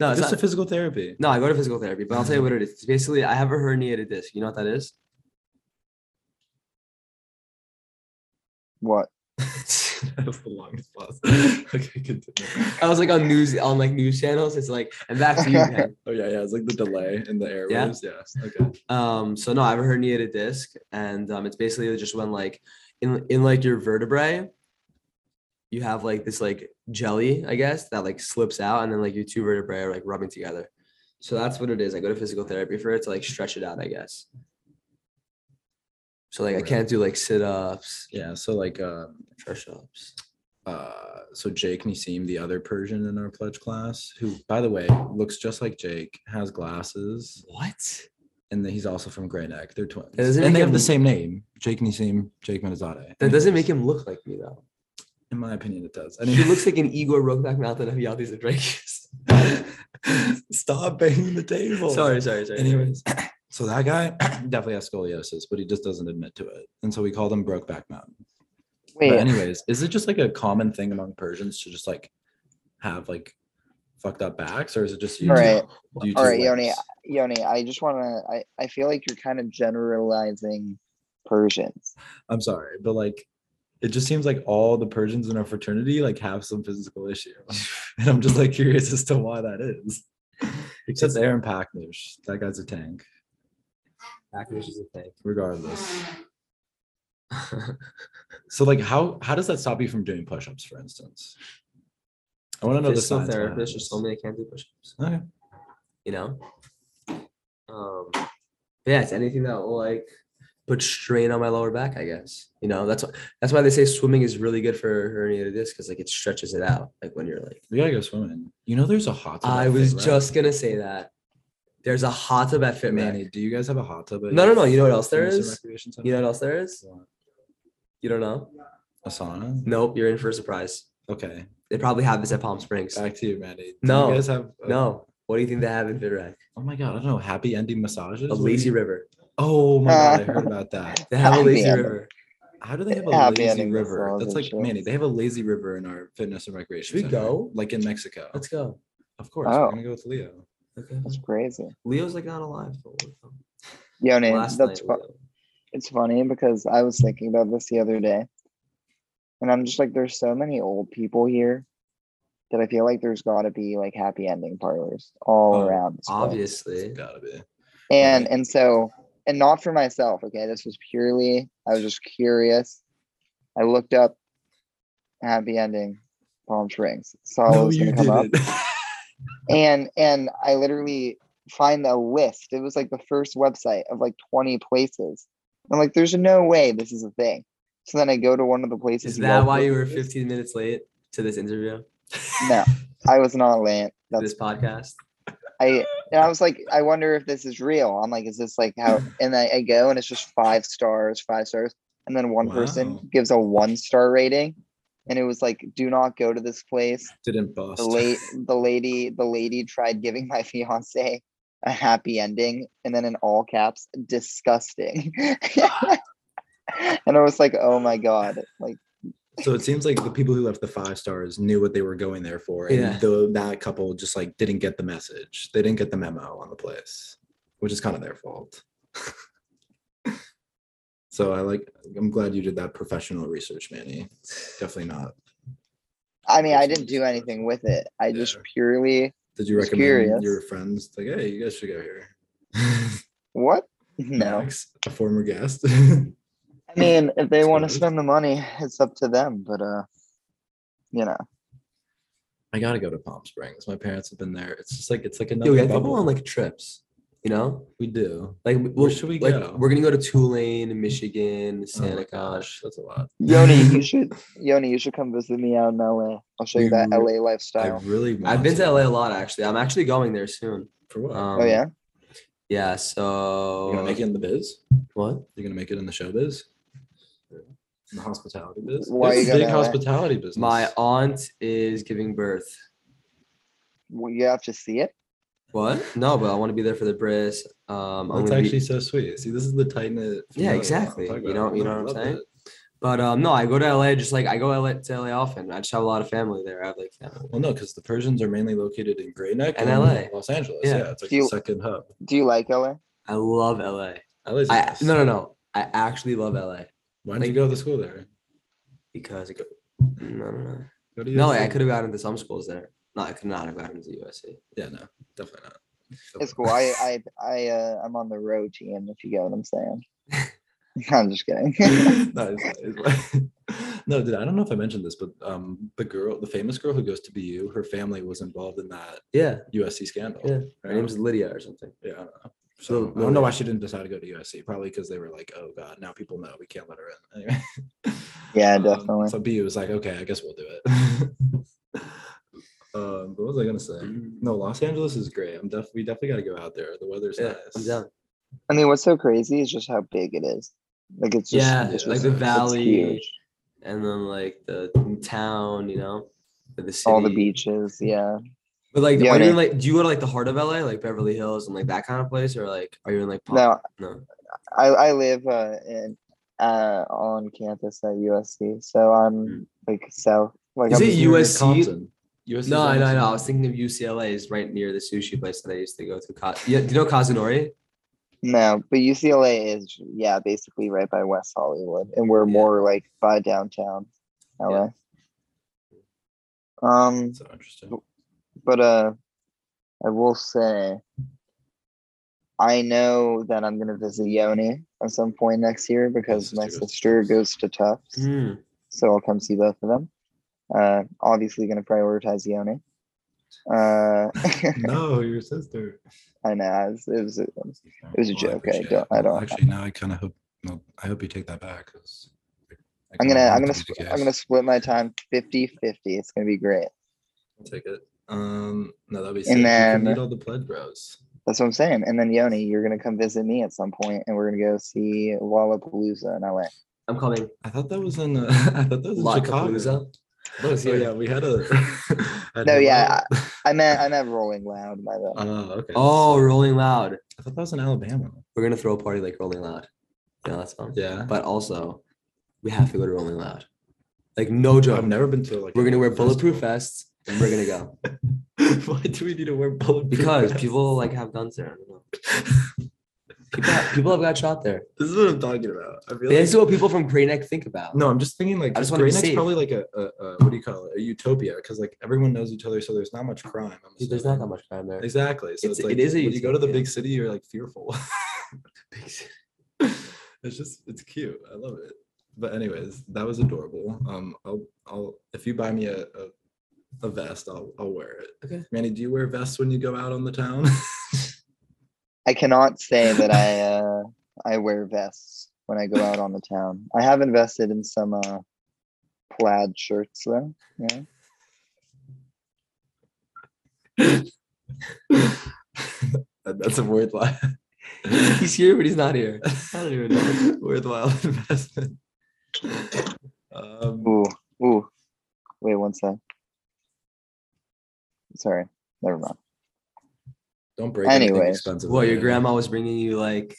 [SPEAKER 5] no, it's
[SPEAKER 3] just a
[SPEAKER 5] not,
[SPEAKER 3] physical therapy
[SPEAKER 5] no. I go to physical therapy, but I'll tell you what it is. It's basically, I have a herniated disc. You know what that is?
[SPEAKER 4] What?
[SPEAKER 3] <laughs> that was the longest pause <laughs> okay continue.
[SPEAKER 5] I was like on news on like news channels. It's like, and back
[SPEAKER 3] <laughs>
[SPEAKER 5] to you, Ken.
[SPEAKER 3] oh <laughs> yeah yeah it's like the delay in the airwaves yeah, okay
[SPEAKER 5] Um, so no, I have a herniated disc, and um, it's basically just when like in in like your vertebrae, you have like this like jelly, I guess, that like slips out, and then like your two vertebrae are like rubbing together. So that's what it is. I go to physical therapy for it to like stretch it out, I guess. So like I
[SPEAKER 3] Right.
[SPEAKER 5] can't do like sit ups,
[SPEAKER 3] yeah so like um
[SPEAKER 5] push ups.
[SPEAKER 3] uh so Jake Nisim, the other Persian in our pledge class, who by the way looks just like Jake, has glasses.
[SPEAKER 5] What?
[SPEAKER 3] and then he's also from Grey Neck. They're twins,
[SPEAKER 5] doesn't
[SPEAKER 3] and
[SPEAKER 5] make
[SPEAKER 3] they have
[SPEAKER 5] him-
[SPEAKER 3] the same name, Jake Nisim, Jake Manizade.
[SPEAKER 5] That doesn't make him look like me
[SPEAKER 3] <laughs>
[SPEAKER 5] though.
[SPEAKER 3] in my opinion, it does.
[SPEAKER 5] He looks like an Igor Roknak Mountain of Yaldis
[SPEAKER 3] <laughs>
[SPEAKER 5] and Drakes.
[SPEAKER 3] Stop banging the table.
[SPEAKER 5] Sorry, sorry, sorry.
[SPEAKER 3] Anyways, so that guy <clears throat> definitely has scoliosis, but he just doesn't admit to it, and so we call them Brokeback Mountain.
[SPEAKER 4] Wait,
[SPEAKER 3] But anyways, is it just like a common thing among Persians to just like have like fucked up backs, or is it just you?
[SPEAKER 4] All
[SPEAKER 3] two-
[SPEAKER 4] right.
[SPEAKER 3] you two
[SPEAKER 4] All right, Yoni,
[SPEAKER 3] whites?
[SPEAKER 4] Yoni, I just want to. I, I feel like you're kind of generalizing Persians.
[SPEAKER 3] I'm sorry, but like it just seems like all the Persians in our fraternity like have some physical issue. <laughs> and I'm just like curious as to why that is. Except Aaron Packnish. That guy's a tank,
[SPEAKER 5] Package is a thing.
[SPEAKER 3] regardless. <laughs> So like how how does that stop you from doing push-ups, for instance? I want to know the
[SPEAKER 5] Physical
[SPEAKER 3] science behind
[SPEAKER 5] therapist
[SPEAKER 3] this.
[SPEAKER 5] just told me I can't do push-ups.
[SPEAKER 3] Okay.
[SPEAKER 5] You know. Um, but yeah, it's anything that will like put strain on my lower back. I guess you know that's wh- that's why they say swimming is really good for herniated disc because like it stretches it out. Like when you're like,
[SPEAKER 3] We gotta go swimming. You know there's a hot tub.
[SPEAKER 5] I
[SPEAKER 3] at
[SPEAKER 5] was
[SPEAKER 3] Fit Rec?
[SPEAKER 5] just gonna say that. There's a hot tub at Fit
[SPEAKER 3] Manny,
[SPEAKER 5] Man.
[SPEAKER 3] do you guys have a hot tub? at
[SPEAKER 5] No,
[SPEAKER 3] your
[SPEAKER 5] no, no, you know what else there
[SPEAKER 3] fitness and
[SPEAKER 5] is?
[SPEAKER 3] recreation
[SPEAKER 5] You know
[SPEAKER 3] center?
[SPEAKER 5] what else there is? You don't know?
[SPEAKER 3] A sauna?
[SPEAKER 5] Nope. You're in for a surprise.
[SPEAKER 3] Okay.
[SPEAKER 5] They probably have this at Palm Springs.
[SPEAKER 3] Back to you, Manny. Do
[SPEAKER 5] No,
[SPEAKER 3] You guys have a-
[SPEAKER 5] No. What do you think they have in Fit Rec?
[SPEAKER 3] Oh my god, I don't know. Happy ending massages.
[SPEAKER 5] A
[SPEAKER 3] What do
[SPEAKER 5] lazy
[SPEAKER 3] you-
[SPEAKER 5] river.
[SPEAKER 3] Oh my god, I
[SPEAKER 5] <laughs>
[SPEAKER 3] heard about that.
[SPEAKER 5] They have a
[SPEAKER 4] Happy
[SPEAKER 5] lazy
[SPEAKER 4] ending.
[SPEAKER 5] river.
[SPEAKER 3] How do they have a
[SPEAKER 4] Happy
[SPEAKER 3] lazy
[SPEAKER 4] ending
[SPEAKER 3] river? That's like
[SPEAKER 4] massages, yeah.
[SPEAKER 3] Manny. They have a lazy river in our fitness and recreation.
[SPEAKER 5] Should we
[SPEAKER 3] center,
[SPEAKER 5] go?
[SPEAKER 3] Like in Mexico.
[SPEAKER 5] Let's go.
[SPEAKER 3] of course,
[SPEAKER 4] Oh.
[SPEAKER 3] we're gonna go with Leo.
[SPEAKER 5] Okay.
[SPEAKER 4] That's crazy.
[SPEAKER 5] Leo's like not alive. But we'll come.
[SPEAKER 4] Yoni,
[SPEAKER 5] Last
[SPEAKER 4] that's
[SPEAKER 5] night,
[SPEAKER 4] fu-
[SPEAKER 5] Leo.
[SPEAKER 4] it's funny because I was thinking about this the other day, and I'm just like, there's so many old people here that I feel like there's got to be like happy ending parlors all
[SPEAKER 3] Oh,
[SPEAKER 4] around. This place.
[SPEAKER 3] It's
[SPEAKER 5] obviously.
[SPEAKER 3] gotta be.
[SPEAKER 4] And
[SPEAKER 3] Right.
[SPEAKER 4] and so and not for myself, okay? This was purely I was just curious. I looked up happy ending Palm Springs. Saw what was gonna come up.
[SPEAKER 5] <laughs>
[SPEAKER 4] And and I literally find a list. It was like the first website of like 20 places. I'm like, there's no way this is a thing. So then I go to one of the places.
[SPEAKER 5] Is
[SPEAKER 4] you
[SPEAKER 5] that
[SPEAKER 4] guys
[SPEAKER 5] why you were
[SPEAKER 4] listed.
[SPEAKER 5] 15 minutes late to this interview, to
[SPEAKER 4] <laughs> No, I was not late.
[SPEAKER 5] <laughs>
[SPEAKER 4] That's
[SPEAKER 5] this podcast?
[SPEAKER 4] I and I was like, I wonder if this is real. I'm like, is this like
[SPEAKER 5] <laughs>
[SPEAKER 4] how? And I, I go and it's just five stars, five stars, and then one
[SPEAKER 3] Wow.
[SPEAKER 4] person gives a one star rating, and it was like, do not go to this place.
[SPEAKER 3] Didn't <laughs> bust.
[SPEAKER 4] The late, the lady, the lady tried giving my fiance a happy ending, and then in all caps, disgusting. <laughs> and I was like, oh my god, like
[SPEAKER 3] So it seems like the people who left the five stars knew what they were going there for, and
[SPEAKER 5] Yeah.
[SPEAKER 3] the, that couple just like didn't get the message. They didn't get the memo on the place, which is kind of their fault. <laughs> so I like. I'm glad you did that professional research, Manny. Definitely not.
[SPEAKER 4] I mean, I didn't
[SPEAKER 3] Personally,
[SPEAKER 4] do anything with it. I just
[SPEAKER 3] Yeah.
[SPEAKER 4] purely
[SPEAKER 3] Did you
[SPEAKER 4] Just
[SPEAKER 3] recommend
[SPEAKER 4] curious.
[SPEAKER 3] your friends? Like, hey, you <laughs> guys should go here.
[SPEAKER 4] what? <laughs> No.
[SPEAKER 3] Max, a former guest. <laughs>
[SPEAKER 4] I I mean, if they want
[SPEAKER 3] Totally.
[SPEAKER 4] to spend the money, it's up to them. But uh, you know,
[SPEAKER 3] I gotta go to Palm Springs. My parents have been there. It's just like it's like another.
[SPEAKER 5] Yo, we gotta go
[SPEAKER 3] bubble.
[SPEAKER 5] on like trips, you know?
[SPEAKER 3] we do.
[SPEAKER 5] Like
[SPEAKER 3] Where should we
[SPEAKER 5] like,
[SPEAKER 3] go?
[SPEAKER 5] We're gonna go to Tulane,
[SPEAKER 3] Oh
[SPEAKER 5] Michigan,
[SPEAKER 3] my
[SPEAKER 5] Santa Gosh.
[SPEAKER 3] gosh, that's a lot.
[SPEAKER 4] Yoni,
[SPEAKER 3] <laughs>
[SPEAKER 4] you should Yoni, you should come visit me out in LA. I'll show you that
[SPEAKER 3] You-
[SPEAKER 4] LA
[SPEAKER 3] I
[SPEAKER 4] lifestyle.
[SPEAKER 3] really.
[SPEAKER 5] I've been to
[SPEAKER 3] want
[SPEAKER 5] LA a lot actually. I'm actually going there soon.
[SPEAKER 3] for what?
[SPEAKER 5] Um,
[SPEAKER 4] oh yeah,
[SPEAKER 5] Yeah.
[SPEAKER 3] you
[SPEAKER 5] So
[SPEAKER 3] gonna make it in the biz?
[SPEAKER 5] what?
[SPEAKER 3] You're gonna make it in the show biz? In the hospitality biz?
[SPEAKER 4] Why
[SPEAKER 3] There's
[SPEAKER 4] you
[SPEAKER 3] a
[SPEAKER 4] going
[SPEAKER 3] big
[SPEAKER 4] to LA?
[SPEAKER 3] hospitality business?
[SPEAKER 5] My aunt is giving birth.
[SPEAKER 4] well, you have to see it.
[SPEAKER 5] What? No, but I want to be there for the bris. Um, I'm
[SPEAKER 3] That's
[SPEAKER 5] gonna be-
[SPEAKER 3] actually so sweet. See, this is the tight knit.
[SPEAKER 5] Yeah, exactly. You know- you know what I'm saying? but um, no, I go to LA just like I go LA to LA often. I just have a lot of family there. I have like family.
[SPEAKER 3] Well, no, because the Persians are mainly located in Great Neck
[SPEAKER 5] And
[SPEAKER 3] and,
[SPEAKER 5] LA.
[SPEAKER 3] Los Angeles.
[SPEAKER 5] Yeah.
[SPEAKER 3] Yeah, it's like
[SPEAKER 4] Do you-
[SPEAKER 3] the second hub.
[SPEAKER 4] Do you like LA?
[SPEAKER 5] I love LA.
[SPEAKER 3] LA's
[SPEAKER 5] I
[SPEAKER 3] nice.
[SPEAKER 5] no no no. I actually love LA
[SPEAKER 3] Why did you go to school there?
[SPEAKER 5] because it go- no no no.
[SPEAKER 3] Go to
[SPEAKER 5] No, like, I
[SPEAKER 3] USC.
[SPEAKER 5] could have gotten into some schools there. No, I could not have gotten into USC.
[SPEAKER 3] Yeah, no, definitely not. <laughs>
[SPEAKER 4] It's cool. I I I uh, I'm on the road team. If you get what I'm saying. I'm just kidding. <laughs>
[SPEAKER 3] no, it's- it's- <laughs> no, dude, I don't know if I mentioned this, but um, the girl, the famous girl who goes to BU, her family was involved in that
[SPEAKER 5] Yeah,
[SPEAKER 3] USC scandal.
[SPEAKER 5] Yeah. her
[SPEAKER 3] right?
[SPEAKER 5] name's Lydia or something.
[SPEAKER 3] Yeah, I don't know.
[SPEAKER 5] Lil-
[SPEAKER 3] So I
[SPEAKER 5] Lil
[SPEAKER 3] don't know why
[SPEAKER 5] Wayne.
[SPEAKER 3] she didn't decide to go to USC. Probably because they were like, "Oh God, now people know we can't let her in." Anyway.
[SPEAKER 4] <laughs> Yeah,
[SPEAKER 3] Um,
[SPEAKER 4] definitely.
[SPEAKER 3] so B was like, "Okay, I guess we'll do it." <laughs> um, what was I gonna say?
[SPEAKER 4] Mm.
[SPEAKER 3] No, Los Angeles is great. I'm def- we definitely got to go out there. The weather's
[SPEAKER 5] Yeah,
[SPEAKER 3] nice.
[SPEAKER 5] I'm down.
[SPEAKER 4] I mean, what's so crazy is just how big it is. Like it's just
[SPEAKER 5] Yeah,
[SPEAKER 4] it's
[SPEAKER 5] like
[SPEAKER 4] just-
[SPEAKER 5] the
[SPEAKER 4] it's
[SPEAKER 5] valley,
[SPEAKER 4] huge.
[SPEAKER 5] And then like the town, you know, the city.
[SPEAKER 4] all the beaches. Yeah,
[SPEAKER 5] But like,
[SPEAKER 4] Yeah,
[SPEAKER 5] are you
[SPEAKER 4] man.
[SPEAKER 5] in, like, do you go to like the heart of LA, like Beverly Hills and like that kind of place, or like, are you in like? Palm-
[SPEAKER 4] no,
[SPEAKER 5] no.
[SPEAKER 4] I, I live uh, in uh, on campus at USC, so I'm
[SPEAKER 5] Mm.
[SPEAKER 4] like south. Like
[SPEAKER 5] Is
[SPEAKER 4] I'm,
[SPEAKER 5] it USC?
[SPEAKER 3] USC.
[SPEAKER 5] No, I know, I know. I was thinking of UCLA is right near the sushi place that I used to go to. Ka- yeah, do you know Kazunori?
[SPEAKER 4] no, but UCLA is yeah, basically right by West Hollywood, and we're
[SPEAKER 5] Yeah.
[SPEAKER 4] more like by downtown LA. Um,
[SPEAKER 3] So interesting.
[SPEAKER 4] but uh, I will say, I know that I'm gonna visit Yoni at some point next year because my
[SPEAKER 3] sister goes to
[SPEAKER 4] sister
[SPEAKER 3] Tufts.
[SPEAKER 4] goes to Tufts.
[SPEAKER 3] Hmm.
[SPEAKER 5] Mm.
[SPEAKER 4] so I'll come see both of them. Uh, obviously, going to prioritize Yoni. Uh,
[SPEAKER 3] no, your sister.
[SPEAKER 4] I know it was, it was It was a joke, I
[SPEAKER 3] appreciate
[SPEAKER 4] don't-
[SPEAKER 3] it.
[SPEAKER 4] I don't-
[SPEAKER 3] Actually, now I kind of hope. No, I hope you take that back. 'cause I
[SPEAKER 4] I'm
[SPEAKER 3] kinda
[SPEAKER 4] gonna
[SPEAKER 3] want
[SPEAKER 4] I'm
[SPEAKER 3] it
[SPEAKER 4] gonna
[SPEAKER 3] to be
[SPEAKER 4] sp-
[SPEAKER 3] the
[SPEAKER 4] I'm gonna
[SPEAKER 3] case.
[SPEAKER 4] split my time 50-50. It's gonna be great.
[SPEAKER 3] I'll take it. Um, no, that'd be.
[SPEAKER 4] And
[SPEAKER 3] Sick. Then,
[SPEAKER 4] then-
[SPEAKER 3] meet all the pledge bros.
[SPEAKER 4] That's what I'm saying. And then Yoni, you're gonna come visit me at some point, and we're gonna go see Lollapalooza in LA.
[SPEAKER 5] I'm coming.
[SPEAKER 3] I thought that was in. <laughs> Uh, I thought that was in Chicago.
[SPEAKER 5] Lollapalooza. Oh, it's
[SPEAKER 3] Oh
[SPEAKER 5] here.
[SPEAKER 3] yeah, we had a. <laughs> had
[SPEAKER 4] No,
[SPEAKER 3] a
[SPEAKER 4] yeah,
[SPEAKER 3] riot.
[SPEAKER 4] I meant I meant Rolling Loud.
[SPEAKER 3] <laughs>
[SPEAKER 4] My bad.
[SPEAKER 3] Oh, okay.
[SPEAKER 5] Oh, Rolling Loud.
[SPEAKER 3] I thought that was in Alabama.
[SPEAKER 5] We're gonna throw a party like Rolling Loud. Yeah, that's fun.
[SPEAKER 3] Yeah,
[SPEAKER 5] But also, we have to go to Rolling Loud. Like no
[SPEAKER 3] I've
[SPEAKER 5] joke.
[SPEAKER 3] never been to like.
[SPEAKER 5] We're gonna wear
[SPEAKER 3] festival.
[SPEAKER 5] bulletproof vests and we're gonna go
[SPEAKER 3] <laughs> Why do we need to wear bulletproof?
[SPEAKER 5] because
[SPEAKER 3] vests?
[SPEAKER 5] people like have guns there. I don't know.
[SPEAKER 3] <laughs>
[SPEAKER 5] People have, people have got shot there.
[SPEAKER 3] This is what I'm talking about. I feel
[SPEAKER 5] This
[SPEAKER 3] like,
[SPEAKER 5] is what people from Great Neck think about.
[SPEAKER 3] no, I'm just thinking like
[SPEAKER 5] I just wanna be
[SPEAKER 3] Grey Neck's
[SPEAKER 5] safe.
[SPEAKER 3] probably like a, a, a what do you call it? A utopia because like everyone knows each other, so there's not much crime. I'm
[SPEAKER 5] Dude, there's
[SPEAKER 3] assuming.
[SPEAKER 5] not that much crime there.
[SPEAKER 3] Exactly. So it's,
[SPEAKER 5] It's- it
[SPEAKER 3] like
[SPEAKER 5] is a
[SPEAKER 3] when you go to the
[SPEAKER 5] utopia.
[SPEAKER 3] big city, you're like
[SPEAKER 5] <laughs>
[SPEAKER 3] fearful. <laughs> it's just it's cute. I love it. But anyways, that was adorable. Um, I'll I'll if you buy me a a, a vest, I'll I'll wear it.
[SPEAKER 5] Okay.
[SPEAKER 3] Manny, do you wear vests when you go out on the
[SPEAKER 5] <laughs>
[SPEAKER 3] town? <laughs>
[SPEAKER 4] I cannot say that I uh, I wear vests when I go out on the town. I have invested in some uh, plaid shirts though. Yeah.
[SPEAKER 3] That- That's a worthwhile
[SPEAKER 5] <laughs> he's here, but he's not here. <laughs> I don't even know.
[SPEAKER 3] <laughs> worthwhile investment. Um,
[SPEAKER 4] Ooh, ooh. Wait one sec. Sorry, never mind.
[SPEAKER 3] don't break anything
[SPEAKER 4] Anyways.
[SPEAKER 3] expensive.
[SPEAKER 5] What, your
[SPEAKER 3] later.
[SPEAKER 5] grandma was bringing you like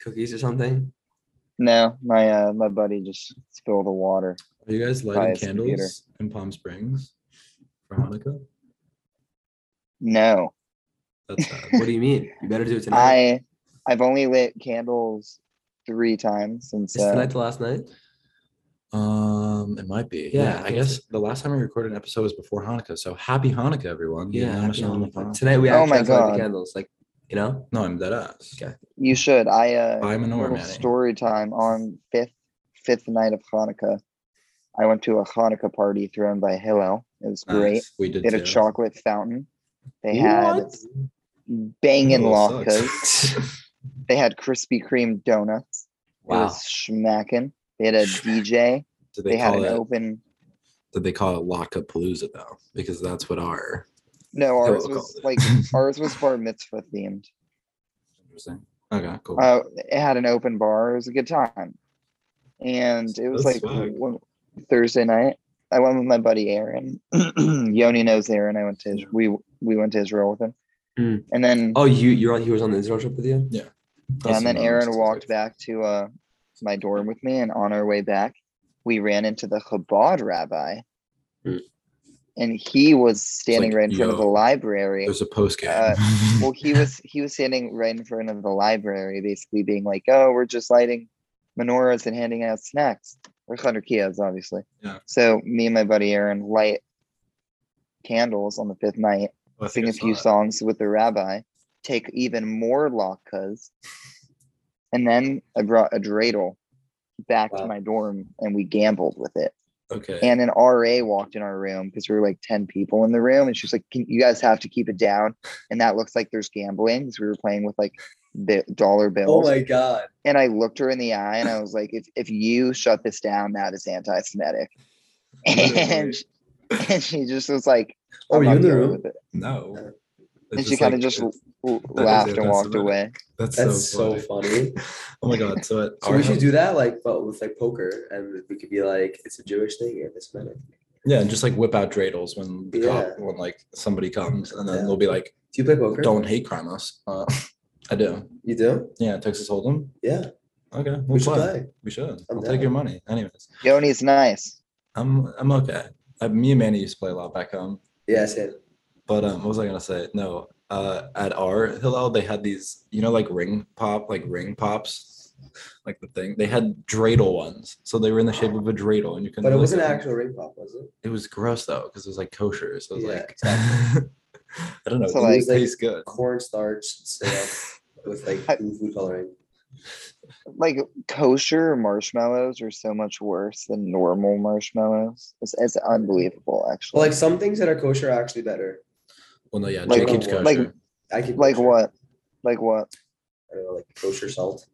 [SPEAKER 5] cookies
[SPEAKER 4] <laughs>
[SPEAKER 5] or something?
[SPEAKER 4] No, my uh, my buddy just spilled the water.
[SPEAKER 3] Are you guys
[SPEAKER 4] buy
[SPEAKER 3] lighting
[SPEAKER 4] his computer.
[SPEAKER 3] candles in Palm Springs for Hanukkah?
[SPEAKER 4] No,
[SPEAKER 3] That's
[SPEAKER 4] <laughs>
[SPEAKER 3] sad.
[SPEAKER 5] What do you mean? You better do it tonight.
[SPEAKER 4] I I've only lit candles three times since.
[SPEAKER 5] Is
[SPEAKER 4] Uh,
[SPEAKER 5] tonight the last night?
[SPEAKER 3] Um, it might be.
[SPEAKER 5] Yeah, I
[SPEAKER 3] Yeah, I
[SPEAKER 5] think
[SPEAKER 3] guess
[SPEAKER 5] so.
[SPEAKER 3] the last time we recorded an episode was before Hanukkah. So happy Hanukkah, everyone. You know,
[SPEAKER 5] happy
[SPEAKER 3] Mashallah.
[SPEAKER 5] Hanukkah. Tonight we
[SPEAKER 4] Oh
[SPEAKER 5] actually
[SPEAKER 4] my
[SPEAKER 5] have to light the
[SPEAKER 4] God.
[SPEAKER 5] candles. Like You know?
[SPEAKER 3] No, I'm dead ass.
[SPEAKER 5] Okay.
[SPEAKER 4] You should. I uh
[SPEAKER 3] Buy menorah,
[SPEAKER 4] little
[SPEAKER 3] Manny.
[SPEAKER 4] story time on fifth fifth night of Hanukkah. I went to a Hanukkah party thrown by Hillel. It was
[SPEAKER 3] Nice.
[SPEAKER 4] great.
[SPEAKER 3] We did
[SPEAKER 4] They had
[SPEAKER 3] too.
[SPEAKER 4] a chocolate fountain. They had banging
[SPEAKER 3] Hillel
[SPEAKER 4] latkes.
[SPEAKER 3] sucks.
[SPEAKER 4] They had Krispy Kreme donuts. It
[SPEAKER 5] Wow.
[SPEAKER 4] was schmacking. They
[SPEAKER 3] <laughs>
[SPEAKER 4] had a
[SPEAKER 3] Schmack.
[SPEAKER 4] DJ.
[SPEAKER 3] <laughs> Did
[SPEAKER 4] They,
[SPEAKER 3] they,
[SPEAKER 4] had
[SPEAKER 3] call
[SPEAKER 4] an
[SPEAKER 3] it?
[SPEAKER 4] open.
[SPEAKER 3] Did they call it Laka Palooza though? Because that's what our
[SPEAKER 4] No,
[SPEAKER 3] Hillel
[SPEAKER 4] ours was
[SPEAKER 3] called it.
[SPEAKER 4] like ours was bar mitzvah themed.
[SPEAKER 3] Interesting. Okay, cool.
[SPEAKER 4] Uh, it had an open bar. It was a good time, and it was
[SPEAKER 3] That's
[SPEAKER 4] like
[SPEAKER 3] swag.
[SPEAKER 4] one, Thursday night. I went with my buddy Aaron. <clears throat> Yoni knows Aaron. I went to Is- we we went to Israel with him,
[SPEAKER 5] Mm.
[SPEAKER 4] and then
[SPEAKER 5] Oh, you you're on he was on the Israel trip with you?
[SPEAKER 4] yeah,
[SPEAKER 3] That's
[SPEAKER 4] and then
[SPEAKER 3] another
[SPEAKER 4] Aaron
[SPEAKER 3] mistake.
[SPEAKER 4] walked back to uh my dorm with me, and on our way back, we ran into the Chabad rabbi,
[SPEAKER 5] Mm.
[SPEAKER 4] and he was standing
[SPEAKER 3] Hmm. like,
[SPEAKER 4] right in front of the
[SPEAKER 3] yo,
[SPEAKER 4] library.
[SPEAKER 3] There's a post game. <laughs>
[SPEAKER 4] Uh, well he was he was standing right in front of the library basically being like oh we're just lighting menorahs and handing out snacks or chanukias obviously
[SPEAKER 3] Yeah.
[SPEAKER 4] so me and my buddy aaron light candles on the fifth night
[SPEAKER 3] I think
[SPEAKER 4] sing
[SPEAKER 3] I
[SPEAKER 4] a
[SPEAKER 3] saw
[SPEAKER 4] few
[SPEAKER 3] that.
[SPEAKER 4] songs with the rabbi take even more latkes and then i brought a dreidel back to
[SPEAKER 5] Wow.
[SPEAKER 4] my dorm and we gambled with it
[SPEAKER 3] Okay.
[SPEAKER 4] and an RA walked in our room because we were like 10 people in the room. And she's like, Can, You guys have to keep it down. And that looks like there's gambling because we were playing with like bi- dollar
[SPEAKER 3] Oh
[SPEAKER 4] bills.
[SPEAKER 5] god.
[SPEAKER 4] and I looked her in the eye and I was like, If, if you shut this down, that is anti Semitic. And, sh- and she just was like, "I'm
[SPEAKER 5] Oh, were you
[SPEAKER 4] not
[SPEAKER 5] in the
[SPEAKER 4] dealing
[SPEAKER 5] room?
[SPEAKER 4] with it."
[SPEAKER 3] no. It's
[SPEAKER 4] And she
[SPEAKER 3] just
[SPEAKER 4] kind of
[SPEAKER 3] like-
[SPEAKER 4] just
[SPEAKER 3] it's-
[SPEAKER 4] l-
[SPEAKER 3] that is
[SPEAKER 4] laughed and walked
[SPEAKER 3] anti-Semitic.
[SPEAKER 4] away.
[SPEAKER 3] That's,
[SPEAKER 5] That's so
[SPEAKER 3] funny.
[SPEAKER 5] funny.
[SPEAKER 3] Oh my god!
[SPEAKER 5] <laughs>
[SPEAKER 3] So, at
[SPEAKER 5] So
[SPEAKER 3] our
[SPEAKER 5] we should
[SPEAKER 3] house-
[SPEAKER 5] do that like but with like poker and we could be like it's a Jewish thing and it's Semitic.
[SPEAKER 3] yeah, and just like whip out dreidels when the cop,
[SPEAKER 5] Yeah.
[SPEAKER 3] when like somebody comes, and then
[SPEAKER 5] Yeah.
[SPEAKER 3] they'll be like,
[SPEAKER 5] Do you play poker?
[SPEAKER 3] "Don't hate crime us." Uh, <laughs> I do.
[SPEAKER 5] you do?
[SPEAKER 3] Yeah, Texas Hold'em.
[SPEAKER 5] Yeah.
[SPEAKER 3] Okay, we'll
[SPEAKER 5] We should
[SPEAKER 3] play.
[SPEAKER 5] play.
[SPEAKER 3] We should.
[SPEAKER 5] I'm
[SPEAKER 3] I'll take
[SPEAKER 5] down.
[SPEAKER 3] your money. Anyways,
[SPEAKER 4] Yoni's nice.
[SPEAKER 3] I'm I'm okay. I, me and Manny used to play a lot back home.
[SPEAKER 5] Yeah, same.
[SPEAKER 3] But um, what was I gonna say? No, uh, at our Hillel, they had these, you know, like ring pop, like ring pops, like the thing. They had dreidel ones, so they were in the shape of a dreidel, and you can.
[SPEAKER 5] But it
[SPEAKER 3] look
[SPEAKER 5] was an
[SPEAKER 3] at them.
[SPEAKER 5] actual ring pop, was it?
[SPEAKER 3] It was gross though, because it was like kosher. So it was
[SPEAKER 5] Yeah,
[SPEAKER 3] like, <laughs> I don't know.
[SPEAKER 4] So,
[SPEAKER 3] it
[SPEAKER 4] like-
[SPEAKER 3] didn't taste good.
[SPEAKER 5] Cornstarch syrup with like
[SPEAKER 4] I-
[SPEAKER 5] blue food coloring.
[SPEAKER 4] Like kosher marshmallows are so much worse than normal marshmallows. It's, it's unbelievable, actually.
[SPEAKER 5] Well, like some things that are kosher are actually better.
[SPEAKER 3] Well, no, yeah,
[SPEAKER 4] Like-
[SPEAKER 3] Jay keeps kosher.
[SPEAKER 5] like- I keep
[SPEAKER 4] like
[SPEAKER 5] kosher.
[SPEAKER 4] what? Like what?
[SPEAKER 5] I don't know, like kosher salt.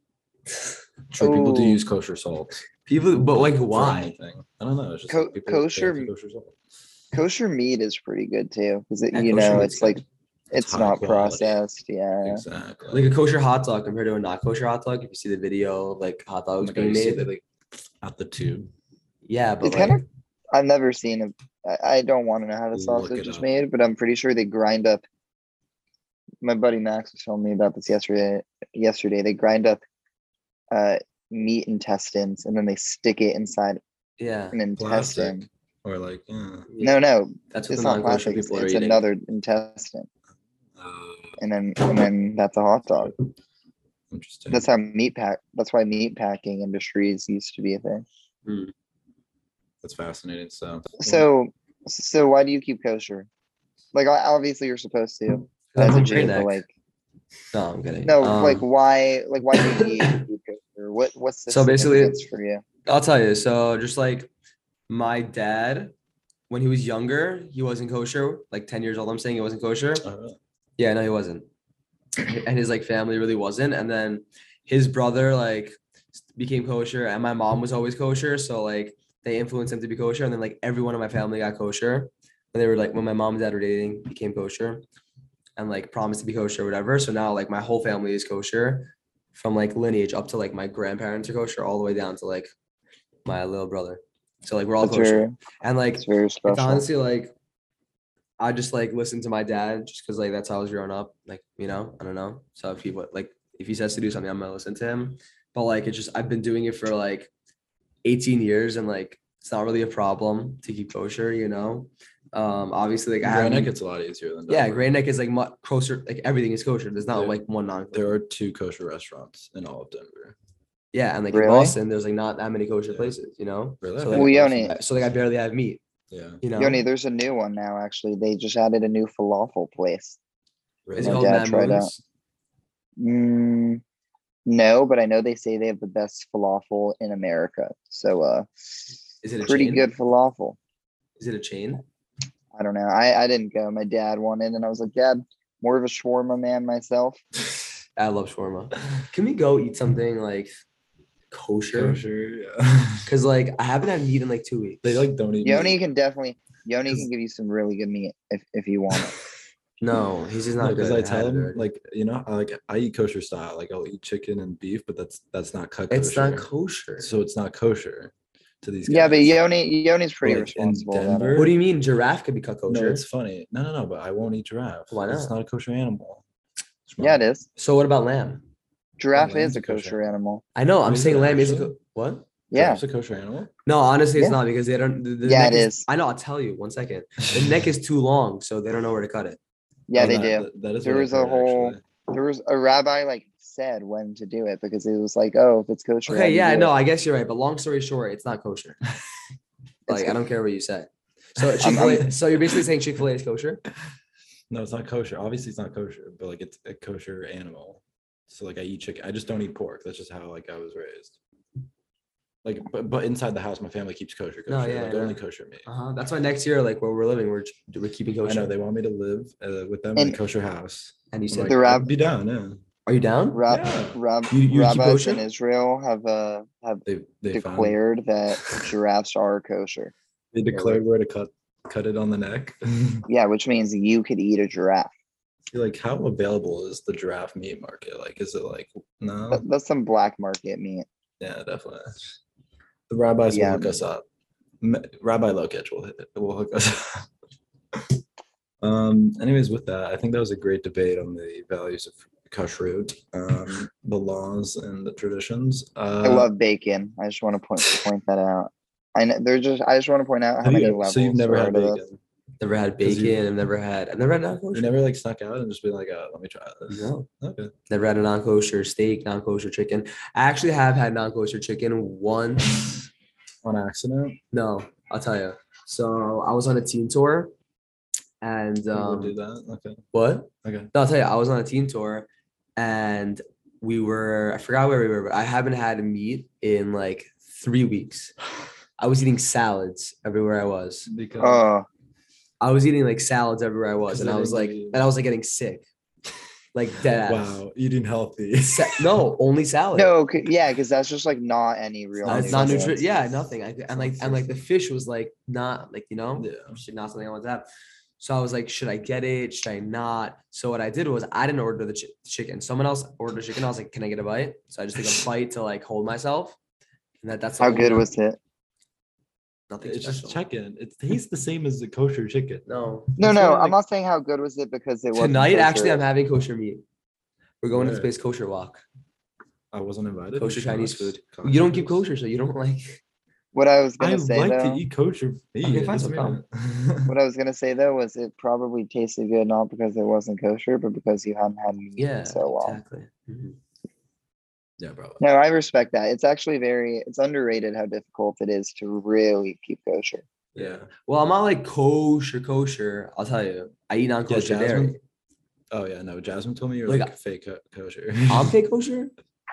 [SPEAKER 3] True, people do
[SPEAKER 4] Ooh.
[SPEAKER 3] use kosher salt.
[SPEAKER 5] People, but like
[SPEAKER 3] for anything. I don't know. It's just
[SPEAKER 4] Co-
[SPEAKER 3] like, people, they
[SPEAKER 4] kosher-
[SPEAKER 3] like kosher salt.
[SPEAKER 4] kosher meat is pretty good too because
[SPEAKER 5] Yeah,
[SPEAKER 4] you
[SPEAKER 5] kosher
[SPEAKER 4] know
[SPEAKER 3] meat's
[SPEAKER 4] it's like
[SPEAKER 3] good. It's
[SPEAKER 4] it's
[SPEAKER 3] high
[SPEAKER 4] not
[SPEAKER 3] quality.
[SPEAKER 4] processed yeah
[SPEAKER 3] Exactly.
[SPEAKER 5] Like a kosher hot dog compared to a not kosher hot dog. If you see the video, of, like hot dogs
[SPEAKER 3] Like, I
[SPEAKER 5] being
[SPEAKER 3] used to
[SPEAKER 5] made,
[SPEAKER 3] see that, like at the tube.
[SPEAKER 5] yeah, but
[SPEAKER 4] it's
[SPEAKER 5] like,
[SPEAKER 4] kind of i've never seen a I- I don't want to know how the
[SPEAKER 3] Look
[SPEAKER 4] sausage
[SPEAKER 3] it
[SPEAKER 4] is
[SPEAKER 3] up.
[SPEAKER 4] made but i'm pretty sure they grind up my buddy max was telling me about this yesterday yesterday they grind up uh meat intestines and then they stick it inside
[SPEAKER 5] yeah,
[SPEAKER 4] an intestine
[SPEAKER 3] Plastic. Or like, yeah.
[SPEAKER 4] no no
[SPEAKER 5] that's what
[SPEAKER 4] it's
[SPEAKER 5] the
[SPEAKER 4] not
[SPEAKER 5] non kosher
[SPEAKER 4] plastic it's,
[SPEAKER 5] people are
[SPEAKER 4] it's
[SPEAKER 5] eating.
[SPEAKER 4] another intestine
[SPEAKER 3] Uh,
[SPEAKER 4] and then and then that's a hot dog
[SPEAKER 3] interesting.
[SPEAKER 4] that's how meat pack that's why meat packing industries used to be a thing
[SPEAKER 3] That's fascinating. So,
[SPEAKER 4] So, so why do you keep kosher? Like, o- obviously, you're supposed to as a
[SPEAKER 5] That's
[SPEAKER 4] Jew, but like,
[SPEAKER 5] no, I'm kidding.
[SPEAKER 4] no, like,
[SPEAKER 5] Um,
[SPEAKER 4] why, like, why do you need to keep kosher? What, what's the
[SPEAKER 5] So basically-
[SPEAKER 4] significance for you?
[SPEAKER 5] I'll tell you. So just like my dad, when he was younger, he wasn't kosher. Like ten years old, I'm saying he wasn't kosher.
[SPEAKER 3] Oh, really?
[SPEAKER 5] Yeah, no, he wasn't. And his like family really wasn't. And then his brother like s- became kosher, and my mom was always kosher. So like they influenced him to be kosher. And then like everyone in my family got kosher. And they were like when my mom and dad were dating, became kosher, and like promised to be kosher or whatever. So now like my whole family is kosher, from like lineage up to like my grandparents are kosher, all the way down to like my little brother. So like we're all
[SPEAKER 4] That's
[SPEAKER 5] kosher.
[SPEAKER 4] very,
[SPEAKER 5] And like
[SPEAKER 4] that's very
[SPEAKER 5] it's
[SPEAKER 4] special.
[SPEAKER 5] honestly like I just like listen to my dad just because like that's how I was growing up. Like, you know, I don't know. So if he what like if he says to do something, I'm gonna listen to him. But like it's just I've been doing it for like 18 years and like it's not really a problem to keep kosher, you know. Um obviously like I
[SPEAKER 3] Gray neck,
[SPEAKER 5] haven't-
[SPEAKER 3] it's a lot easier than
[SPEAKER 5] yeah,
[SPEAKER 3] Denver.
[SPEAKER 5] Grey Neck is like mu- kosher, like everything is kosher. There's not
[SPEAKER 3] Yeah.
[SPEAKER 5] like one non
[SPEAKER 3] There are two kosher restaurants in all of Denver.
[SPEAKER 5] yeah, and like
[SPEAKER 4] Really?
[SPEAKER 5] in Boston, there's like not that many kosher
[SPEAKER 3] Yeah.
[SPEAKER 5] places, you know?
[SPEAKER 3] Really?
[SPEAKER 5] So
[SPEAKER 3] Well,
[SPEAKER 5] like,
[SPEAKER 4] Well, Yoni,
[SPEAKER 5] so like I barely have meat,
[SPEAKER 3] Yeah.
[SPEAKER 5] you know.
[SPEAKER 4] Yoni, there's a new one now. Actually, they just added a new falafel place.
[SPEAKER 5] is
[SPEAKER 3] Really?
[SPEAKER 5] it
[SPEAKER 4] my
[SPEAKER 5] called
[SPEAKER 4] dad
[SPEAKER 5] Mad
[SPEAKER 4] tried out.
[SPEAKER 5] Moons?
[SPEAKER 4] Mm, no, but I know they say they have the best falafel in America. So, uh,
[SPEAKER 5] Is it a
[SPEAKER 4] pretty
[SPEAKER 5] chain?
[SPEAKER 4] good falafel.
[SPEAKER 5] Is it a chain?
[SPEAKER 4] I don't know. I, I didn't go. My dad wanted, and I was like, Dad, more of a shawarma man myself.
[SPEAKER 5] <laughs> I love shawarma. Can we go eat something like kosher?
[SPEAKER 3] Kosher, yeah.
[SPEAKER 5] Because like I haven't had meat in like two weeks.
[SPEAKER 3] <laughs> they like don't
[SPEAKER 5] Mm-hmm.
[SPEAKER 3] eat. meat.
[SPEAKER 4] Yoni can definitely, Yoni
[SPEAKER 3] 'Cause-
[SPEAKER 4] can give you some really good meat if, if you
[SPEAKER 5] <laughs>
[SPEAKER 4] want it.
[SPEAKER 5] no, he's just not
[SPEAKER 3] because
[SPEAKER 5] good.
[SPEAKER 3] I
[SPEAKER 5] at
[SPEAKER 3] tell
[SPEAKER 5] it
[SPEAKER 3] them
[SPEAKER 5] already.
[SPEAKER 3] like you know I like I eat kosher style like I'll eat chicken and beef but that's that's not cut
[SPEAKER 5] it's not
[SPEAKER 3] kosher.
[SPEAKER 5] kosher.
[SPEAKER 3] so it's not kosher to these
[SPEAKER 4] yeah, but
[SPEAKER 3] guys.
[SPEAKER 4] Yoni, Yoni's pretty
[SPEAKER 3] Like, in
[SPEAKER 4] responsible. about it.
[SPEAKER 3] Denver,
[SPEAKER 5] what do you mean giraffe could be cut
[SPEAKER 3] no
[SPEAKER 5] kosher?
[SPEAKER 3] it's funny no no no but I won't eat giraffe
[SPEAKER 5] Why
[SPEAKER 3] 'cause it's
[SPEAKER 5] not?
[SPEAKER 3] not a kosher animal
[SPEAKER 4] Yeah, it is.
[SPEAKER 5] so what about lamb?
[SPEAKER 4] Giraffe
[SPEAKER 3] lamb's
[SPEAKER 4] is a
[SPEAKER 3] a kosher
[SPEAKER 4] kosher animal.
[SPEAKER 5] I know I'm
[SPEAKER 3] Is it
[SPEAKER 5] saying lamb is a
[SPEAKER 3] actually?
[SPEAKER 5] co- what?
[SPEAKER 4] Yeah.
[SPEAKER 3] it's a kosher animal
[SPEAKER 5] No, honestly, it's
[SPEAKER 4] Yeah.
[SPEAKER 5] not because they don't. The, the
[SPEAKER 4] Yeah,
[SPEAKER 5] neck
[SPEAKER 4] it
[SPEAKER 5] is.
[SPEAKER 4] is.
[SPEAKER 5] I know. I'll tell you. One second. The
[SPEAKER 3] <laughs>
[SPEAKER 5] neck is too long, so they don't know where to cut it.
[SPEAKER 4] Yeah,
[SPEAKER 3] Oh,
[SPEAKER 4] they
[SPEAKER 3] that-
[SPEAKER 4] do.
[SPEAKER 3] that- that is
[SPEAKER 4] There
[SPEAKER 3] what I've
[SPEAKER 4] was a
[SPEAKER 3] heard,
[SPEAKER 4] whole-
[SPEAKER 3] actually.
[SPEAKER 4] There was a rabbi like said when to do it because it was like, oh, if it's kosher.
[SPEAKER 5] Okay, yeah,
[SPEAKER 4] I
[SPEAKER 5] no, I guess you're right. But long story short, it's not kosher. like I
[SPEAKER 4] good.
[SPEAKER 5] don't care what you say. So
[SPEAKER 4] <laughs>
[SPEAKER 5] Chick
[SPEAKER 4] I'm-
[SPEAKER 5] Fil
[SPEAKER 4] I'm-
[SPEAKER 5] A. So you're basically saying Chick Fil A is kosher.
[SPEAKER 3] no it's not kosher obviously it's not kosher but like it's a kosher animal so like I eat chicken I just don't eat pork that's just how like I was raised like but, but inside the house my family keeps kosher kosher
[SPEAKER 5] No, yeah,
[SPEAKER 3] like
[SPEAKER 5] I know.
[SPEAKER 3] only kosher meat
[SPEAKER 5] Uh huh. That's why next year, like where we're living, we're we're keeping
[SPEAKER 3] I
[SPEAKER 5] kosher.
[SPEAKER 3] know they want me to live uh, with them in a
[SPEAKER 4] And-
[SPEAKER 3] kosher house.
[SPEAKER 5] and you
[SPEAKER 3] I'm
[SPEAKER 5] said,
[SPEAKER 3] like,
[SPEAKER 4] The
[SPEAKER 3] I'd
[SPEAKER 4] rab-
[SPEAKER 3] be down. Yeah,
[SPEAKER 5] are you down?
[SPEAKER 4] Rab-
[SPEAKER 3] Yeah.
[SPEAKER 4] rab-
[SPEAKER 5] You- you keep
[SPEAKER 4] rabbis
[SPEAKER 5] kosher?
[SPEAKER 4] in Israel have uh have
[SPEAKER 3] they they declared
[SPEAKER 4] declared that
[SPEAKER 5] <laughs>
[SPEAKER 4] giraffes are kosher.
[SPEAKER 3] they declared where to cut cut it on the neck. <laughs> You're
[SPEAKER 4] Yeah, which means you could eat a giraffe.
[SPEAKER 3] like, how available is the giraffe meat market? Like, is it like no?
[SPEAKER 4] That- that's some black market meat.
[SPEAKER 3] Yeah, definitely. The rabbis
[SPEAKER 4] Yeah.
[SPEAKER 3] will hook us up. M- Rabbi Lokich will hit- will hook us up. <laughs> Um. Anyways, with that, I think that was a great debate on the values of kashrut,
[SPEAKER 4] <laughs>
[SPEAKER 3] um, the laws and the traditions. Uh,
[SPEAKER 4] I love bacon. I just want to point point that out. I know there's just I just want to point out how
[SPEAKER 3] have you
[SPEAKER 4] many
[SPEAKER 3] ever-
[SPEAKER 4] levels.
[SPEAKER 3] so you've never
[SPEAKER 4] there
[SPEAKER 3] had
[SPEAKER 4] are to this.
[SPEAKER 3] bacon.
[SPEAKER 5] Never had
[SPEAKER 3] 'Cause you-
[SPEAKER 5] bacon. I've never had. I've never had non
[SPEAKER 3] You
[SPEAKER 5] kosher.
[SPEAKER 3] never like snuck out and just been like, oh, let me try this.
[SPEAKER 5] No,
[SPEAKER 3] Okay.
[SPEAKER 5] never had a non kosher steak, non kosher chicken. I actually have had non kosher chicken once.
[SPEAKER 3] On accident.
[SPEAKER 5] No, I'll tell you. So I was on a teen tour, and
[SPEAKER 3] you would
[SPEAKER 5] um,
[SPEAKER 3] do that. Okay.
[SPEAKER 5] what?
[SPEAKER 3] Okay.
[SPEAKER 5] No, I'll tell you. I was on a teen tour, and we were. I forgot where we were, but I haven't had meat in like three weeks. I was eating salads everywhere I was.
[SPEAKER 3] Because
[SPEAKER 4] Oh,
[SPEAKER 5] I was eating like salads everywhere I was,
[SPEAKER 3] Because
[SPEAKER 5] and
[SPEAKER 3] they
[SPEAKER 5] I was
[SPEAKER 3] didn't
[SPEAKER 5] like,
[SPEAKER 3] give you-
[SPEAKER 5] and I was like getting sick, like dead ass.
[SPEAKER 3] wow, eating healthy. <laughs>
[SPEAKER 5] Sa- no, only salad.
[SPEAKER 4] no, 'cause- yeah, because that's just like not any real.
[SPEAKER 5] Uh, it's not
[SPEAKER 4] nutrition.
[SPEAKER 5] nutrition. Yeah, nothing. I, and like, and like the fish was like not like you know,
[SPEAKER 3] yeah.
[SPEAKER 5] should not something I want to have. So I was like, should I get it? Should I not? So what I did was I didn't order the chi- chicken. Someone else ordered chicken. I was like, can I get a bite? So I just took
[SPEAKER 3] <laughs>
[SPEAKER 5] a bite to like hold myself. And that, that's the
[SPEAKER 4] How
[SPEAKER 5] only
[SPEAKER 4] good
[SPEAKER 5] time-
[SPEAKER 4] was it?
[SPEAKER 5] nothing
[SPEAKER 3] It's
[SPEAKER 5] special.
[SPEAKER 3] just chicken. It tastes the same as the kosher chicken.
[SPEAKER 5] No.
[SPEAKER 4] No,
[SPEAKER 3] That's what
[SPEAKER 4] no,
[SPEAKER 3] I
[SPEAKER 4] I'm
[SPEAKER 3] like-
[SPEAKER 4] not saying how good was it because it was
[SPEAKER 5] Tonight, actually, I'm having kosher meat. We're going to the
[SPEAKER 3] Where?
[SPEAKER 5] space kosher walk.
[SPEAKER 3] I wasn't invited.
[SPEAKER 5] Kosher Chinese
[SPEAKER 3] Shucks.
[SPEAKER 5] food. You don't keep
[SPEAKER 3] Cocktails.
[SPEAKER 5] kosher, so you don't <laughs> like.
[SPEAKER 4] What I was
[SPEAKER 3] I
[SPEAKER 4] gonna say
[SPEAKER 3] like
[SPEAKER 4] though,
[SPEAKER 3] to eat kosher meat.
[SPEAKER 5] Okay,
[SPEAKER 3] it
[SPEAKER 5] fine,
[SPEAKER 3] doesn't
[SPEAKER 5] no
[SPEAKER 3] mean- <laughs>
[SPEAKER 4] what I was gonna say though was it probably tasted good not because it wasn't kosher, but because you haven't had meat
[SPEAKER 5] Yeah.
[SPEAKER 4] in so uh, long.
[SPEAKER 5] Exactly. Mhm.
[SPEAKER 3] yeah, bro.
[SPEAKER 4] No, I respect that. It's actually very it's underrated how difficult it is to really keep kosher.
[SPEAKER 3] Yeah.
[SPEAKER 5] Well, I'm not like kosher, kosher. I'll tell you, I eat non kosher
[SPEAKER 3] Jasmine?
[SPEAKER 5] dairy.
[SPEAKER 3] Oh yeah, no. Jasmine told me you're
[SPEAKER 5] Like,
[SPEAKER 3] like, fake ko-
[SPEAKER 5] <laughs>
[SPEAKER 3] kosher.
[SPEAKER 5] I'm fake kosher.
[SPEAKER 3] <laughs>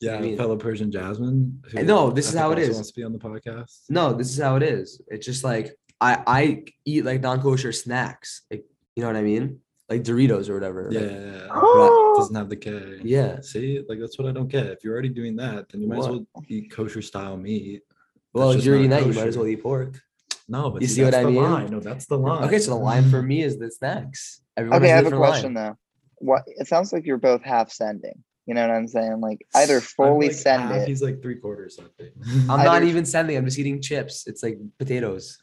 [SPEAKER 3] yeah,
[SPEAKER 5] mean-
[SPEAKER 3] fellow Persian Jasmine. who
[SPEAKER 5] No,
[SPEAKER 3] I
[SPEAKER 5] this is
[SPEAKER 3] think
[SPEAKER 5] how it
[SPEAKER 3] also
[SPEAKER 5] is.
[SPEAKER 3] Wants to be on the podcast.
[SPEAKER 5] No, this is how it is. It's just like I I eat like non kosher snacks. Like you know what I mean? Like Doritos or whatever.
[SPEAKER 3] Yeah,
[SPEAKER 5] like-
[SPEAKER 3] yeah, yeah.
[SPEAKER 4] Right.
[SPEAKER 3] doesn't have the K.
[SPEAKER 5] Oh. yeah.
[SPEAKER 3] See, like that's what I don't get. If you're already doing that, then you might as
[SPEAKER 5] What?
[SPEAKER 3] well eat kosher style meat.
[SPEAKER 5] Well, if
[SPEAKER 3] just
[SPEAKER 5] you're eating
[SPEAKER 3] not
[SPEAKER 5] that, you might as
[SPEAKER 3] kosher.
[SPEAKER 5] well eat pork.
[SPEAKER 3] No, but
[SPEAKER 5] You see what
[SPEAKER 3] that's
[SPEAKER 5] I
[SPEAKER 3] the
[SPEAKER 5] mean?
[SPEAKER 3] Line. No, that's the line.
[SPEAKER 5] Okay, so the line for me is the snacks. Everyone
[SPEAKER 4] Okay, I
[SPEAKER 5] has
[SPEAKER 4] have a
[SPEAKER 5] different line.
[SPEAKER 4] question though. What it sounds like you're both half sending. You know what I'm saying? Like either fully
[SPEAKER 3] like,
[SPEAKER 4] send
[SPEAKER 3] half,
[SPEAKER 4] it.
[SPEAKER 3] He's like three quarters something.
[SPEAKER 5] I'm
[SPEAKER 4] Either-
[SPEAKER 5] not even sending. I'm just eating chips. It's like potatoes.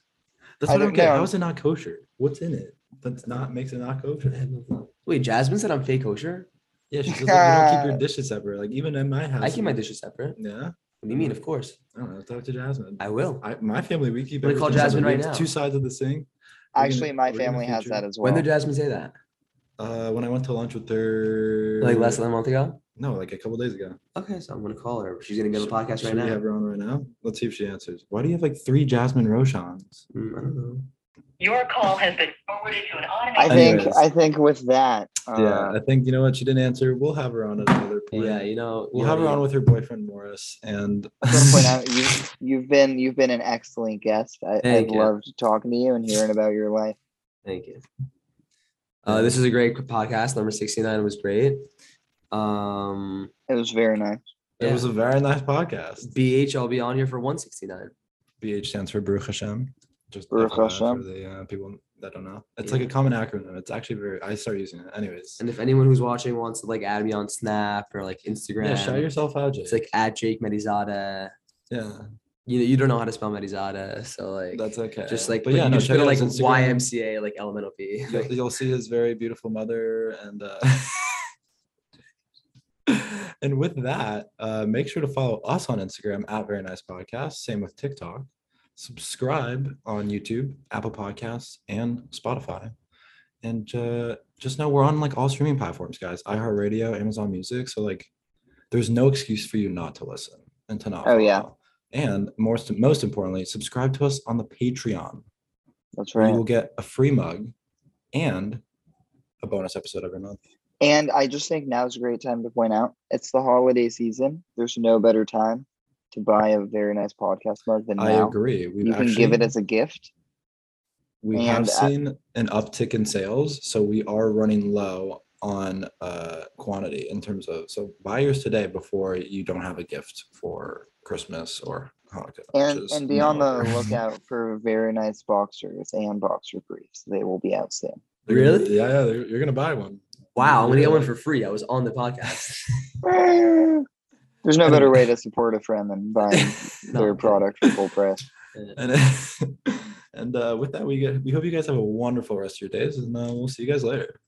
[SPEAKER 3] that's what I
[SPEAKER 4] don't
[SPEAKER 3] don't get.
[SPEAKER 4] know.
[SPEAKER 3] How is it not kosher? What's in it? That's not makes it not kosher.
[SPEAKER 5] Wait, Jasmine said I'm fake kosher.
[SPEAKER 3] Yeah, she's just like, you
[SPEAKER 5] <laughs>
[SPEAKER 3] don't keep your dishes separate. Like even in my house.
[SPEAKER 5] I keep my
[SPEAKER 3] we-
[SPEAKER 5] dishes separate.
[SPEAKER 3] Yeah,
[SPEAKER 5] What do you mean? Of course,
[SPEAKER 3] I don't know. Talk to Jasmine.
[SPEAKER 5] I will.
[SPEAKER 3] I, my family, we keep.
[SPEAKER 5] I'm gonna call
[SPEAKER 3] everything
[SPEAKER 5] Jasmine
[SPEAKER 3] separate. We
[SPEAKER 5] right
[SPEAKER 3] have
[SPEAKER 5] now.
[SPEAKER 3] Two sides of the sink. We're gonna-
[SPEAKER 4] Actually,
[SPEAKER 3] we're
[SPEAKER 4] my
[SPEAKER 3] gonna
[SPEAKER 4] family has
[SPEAKER 3] feature-
[SPEAKER 4] that as well.
[SPEAKER 5] When did Jasmine say that?
[SPEAKER 3] Uh, when I went to lunch with her,
[SPEAKER 5] Like less than a month ago.
[SPEAKER 3] No, like a couple days ago.
[SPEAKER 5] Okay, so I'm gonna call her. She's gonna be on the
[SPEAKER 3] Should-
[SPEAKER 5] podcast right
[SPEAKER 3] should
[SPEAKER 5] now.
[SPEAKER 3] We have her on right now. Let's see if she answers. Why do you have like three Jasmine Roshans?
[SPEAKER 5] Mm, I don't know.
[SPEAKER 2] Your call has been forwarded to an automated.
[SPEAKER 4] I think
[SPEAKER 3] Anyways.
[SPEAKER 4] I think with that, uh,
[SPEAKER 3] <laughs> yeah, I think you know what she didn't answer. We'll have her on at another point.
[SPEAKER 5] Yeah, you know,
[SPEAKER 3] we'll
[SPEAKER 5] you
[SPEAKER 3] have
[SPEAKER 5] know,
[SPEAKER 3] her
[SPEAKER 5] you-
[SPEAKER 3] on with her boyfriend Morris, and
[SPEAKER 4] I just wanna point out you you've been you've been an excellent guest. I, I've
[SPEAKER 5] Thank you.
[SPEAKER 4] loved talking to you and hearing about your life.
[SPEAKER 5] Thank you. Uh, this is a great podcast. Number 69 was great. Um,
[SPEAKER 4] It was very nice.
[SPEAKER 3] <laughs> it was a very nice podcast.
[SPEAKER 5] BH, I'll be on here for 169.
[SPEAKER 3] BH stands for Baruch Hashem. Just
[SPEAKER 4] Baruch
[SPEAKER 3] FYI
[SPEAKER 4] Hashem.
[SPEAKER 3] for the uh, people that don't know. It's
[SPEAKER 5] Yeah.
[SPEAKER 3] like a common acronym. It's actually very. I started using it. Anyways,
[SPEAKER 5] And if anyone who's watching wants to like add me on Snap or like Instagram,
[SPEAKER 3] yeah, shout yourself out, Jake.
[SPEAKER 5] it's like at Jake Medizada.
[SPEAKER 3] yeah,
[SPEAKER 5] You know, you don't know how to spell Medizada, so like
[SPEAKER 3] that's okay.
[SPEAKER 5] just like
[SPEAKER 3] but
[SPEAKER 5] put-
[SPEAKER 3] yeah,
[SPEAKER 5] you
[SPEAKER 3] no,
[SPEAKER 5] just
[SPEAKER 3] check
[SPEAKER 5] put it
[SPEAKER 3] out
[SPEAKER 5] like
[SPEAKER 3] his Instagram.
[SPEAKER 5] YMCA, like elemental P.
[SPEAKER 4] <laughs>
[SPEAKER 3] You'll, you'll see his very beautiful mother, and uh, <laughs> and with that, uh, make sure to follow us on Instagram at Very Nice Podcast. Same with TikTok. Subscribe on YouTube, Apple Podcasts, and Spotify. And uh, just know we're on like all streaming platforms, guys. iHeartRadio, Amazon Music. So like, there's no excuse for you not to listen and to not.
[SPEAKER 4] Oh, yeah.
[SPEAKER 3] follow. And most most importantly, subscribe to us on the Patreon
[SPEAKER 4] That's
[SPEAKER 3] where
[SPEAKER 4] right.
[SPEAKER 3] you will get a free mug and a bonus episode every month.
[SPEAKER 4] And I just think now's a great time to point out it's the holiday season. There's no better time to buy a very nice podcast mug than
[SPEAKER 3] I
[SPEAKER 4] now.
[SPEAKER 3] agree. We've
[SPEAKER 4] You
[SPEAKER 3] actually,
[SPEAKER 4] can give it as a gift.
[SPEAKER 3] we have
[SPEAKER 4] and, uh,
[SPEAKER 3] seen an uptick in sales, so we are running low on uh, quantity in terms of so buy yours today before you don't have a gift for Christmas or Hanukkah.
[SPEAKER 4] And
[SPEAKER 3] which is
[SPEAKER 4] and be on
[SPEAKER 3] now.
[SPEAKER 4] the
[SPEAKER 5] <laughs>
[SPEAKER 4] lookout for very nice boxers and boxer briefs. They will be out
[SPEAKER 5] <laughs>
[SPEAKER 4] soon.
[SPEAKER 3] They're gonna-
[SPEAKER 5] Really?
[SPEAKER 3] yeah, yeah. You're, you're gonna buy one.
[SPEAKER 5] Wow, I'm gonna get
[SPEAKER 3] Really?
[SPEAKER 5] one for free. I was on the podcast.
[SPEAKER 4] There's no
[SPEAKER 3] And-
[SPEAKER 4] better way to support a friend than buying
[SPEAKER 5] <laughs> No,
[SPEAKER 4] their
[SPEAKER 5] I'm kidding.
[SPEAKER 4] product for full price.
[SPEAKER 3] And <laughs> and uh, with that, we get we hope you guys have a wonderful rest of your days, and uh, we'll see you guys later.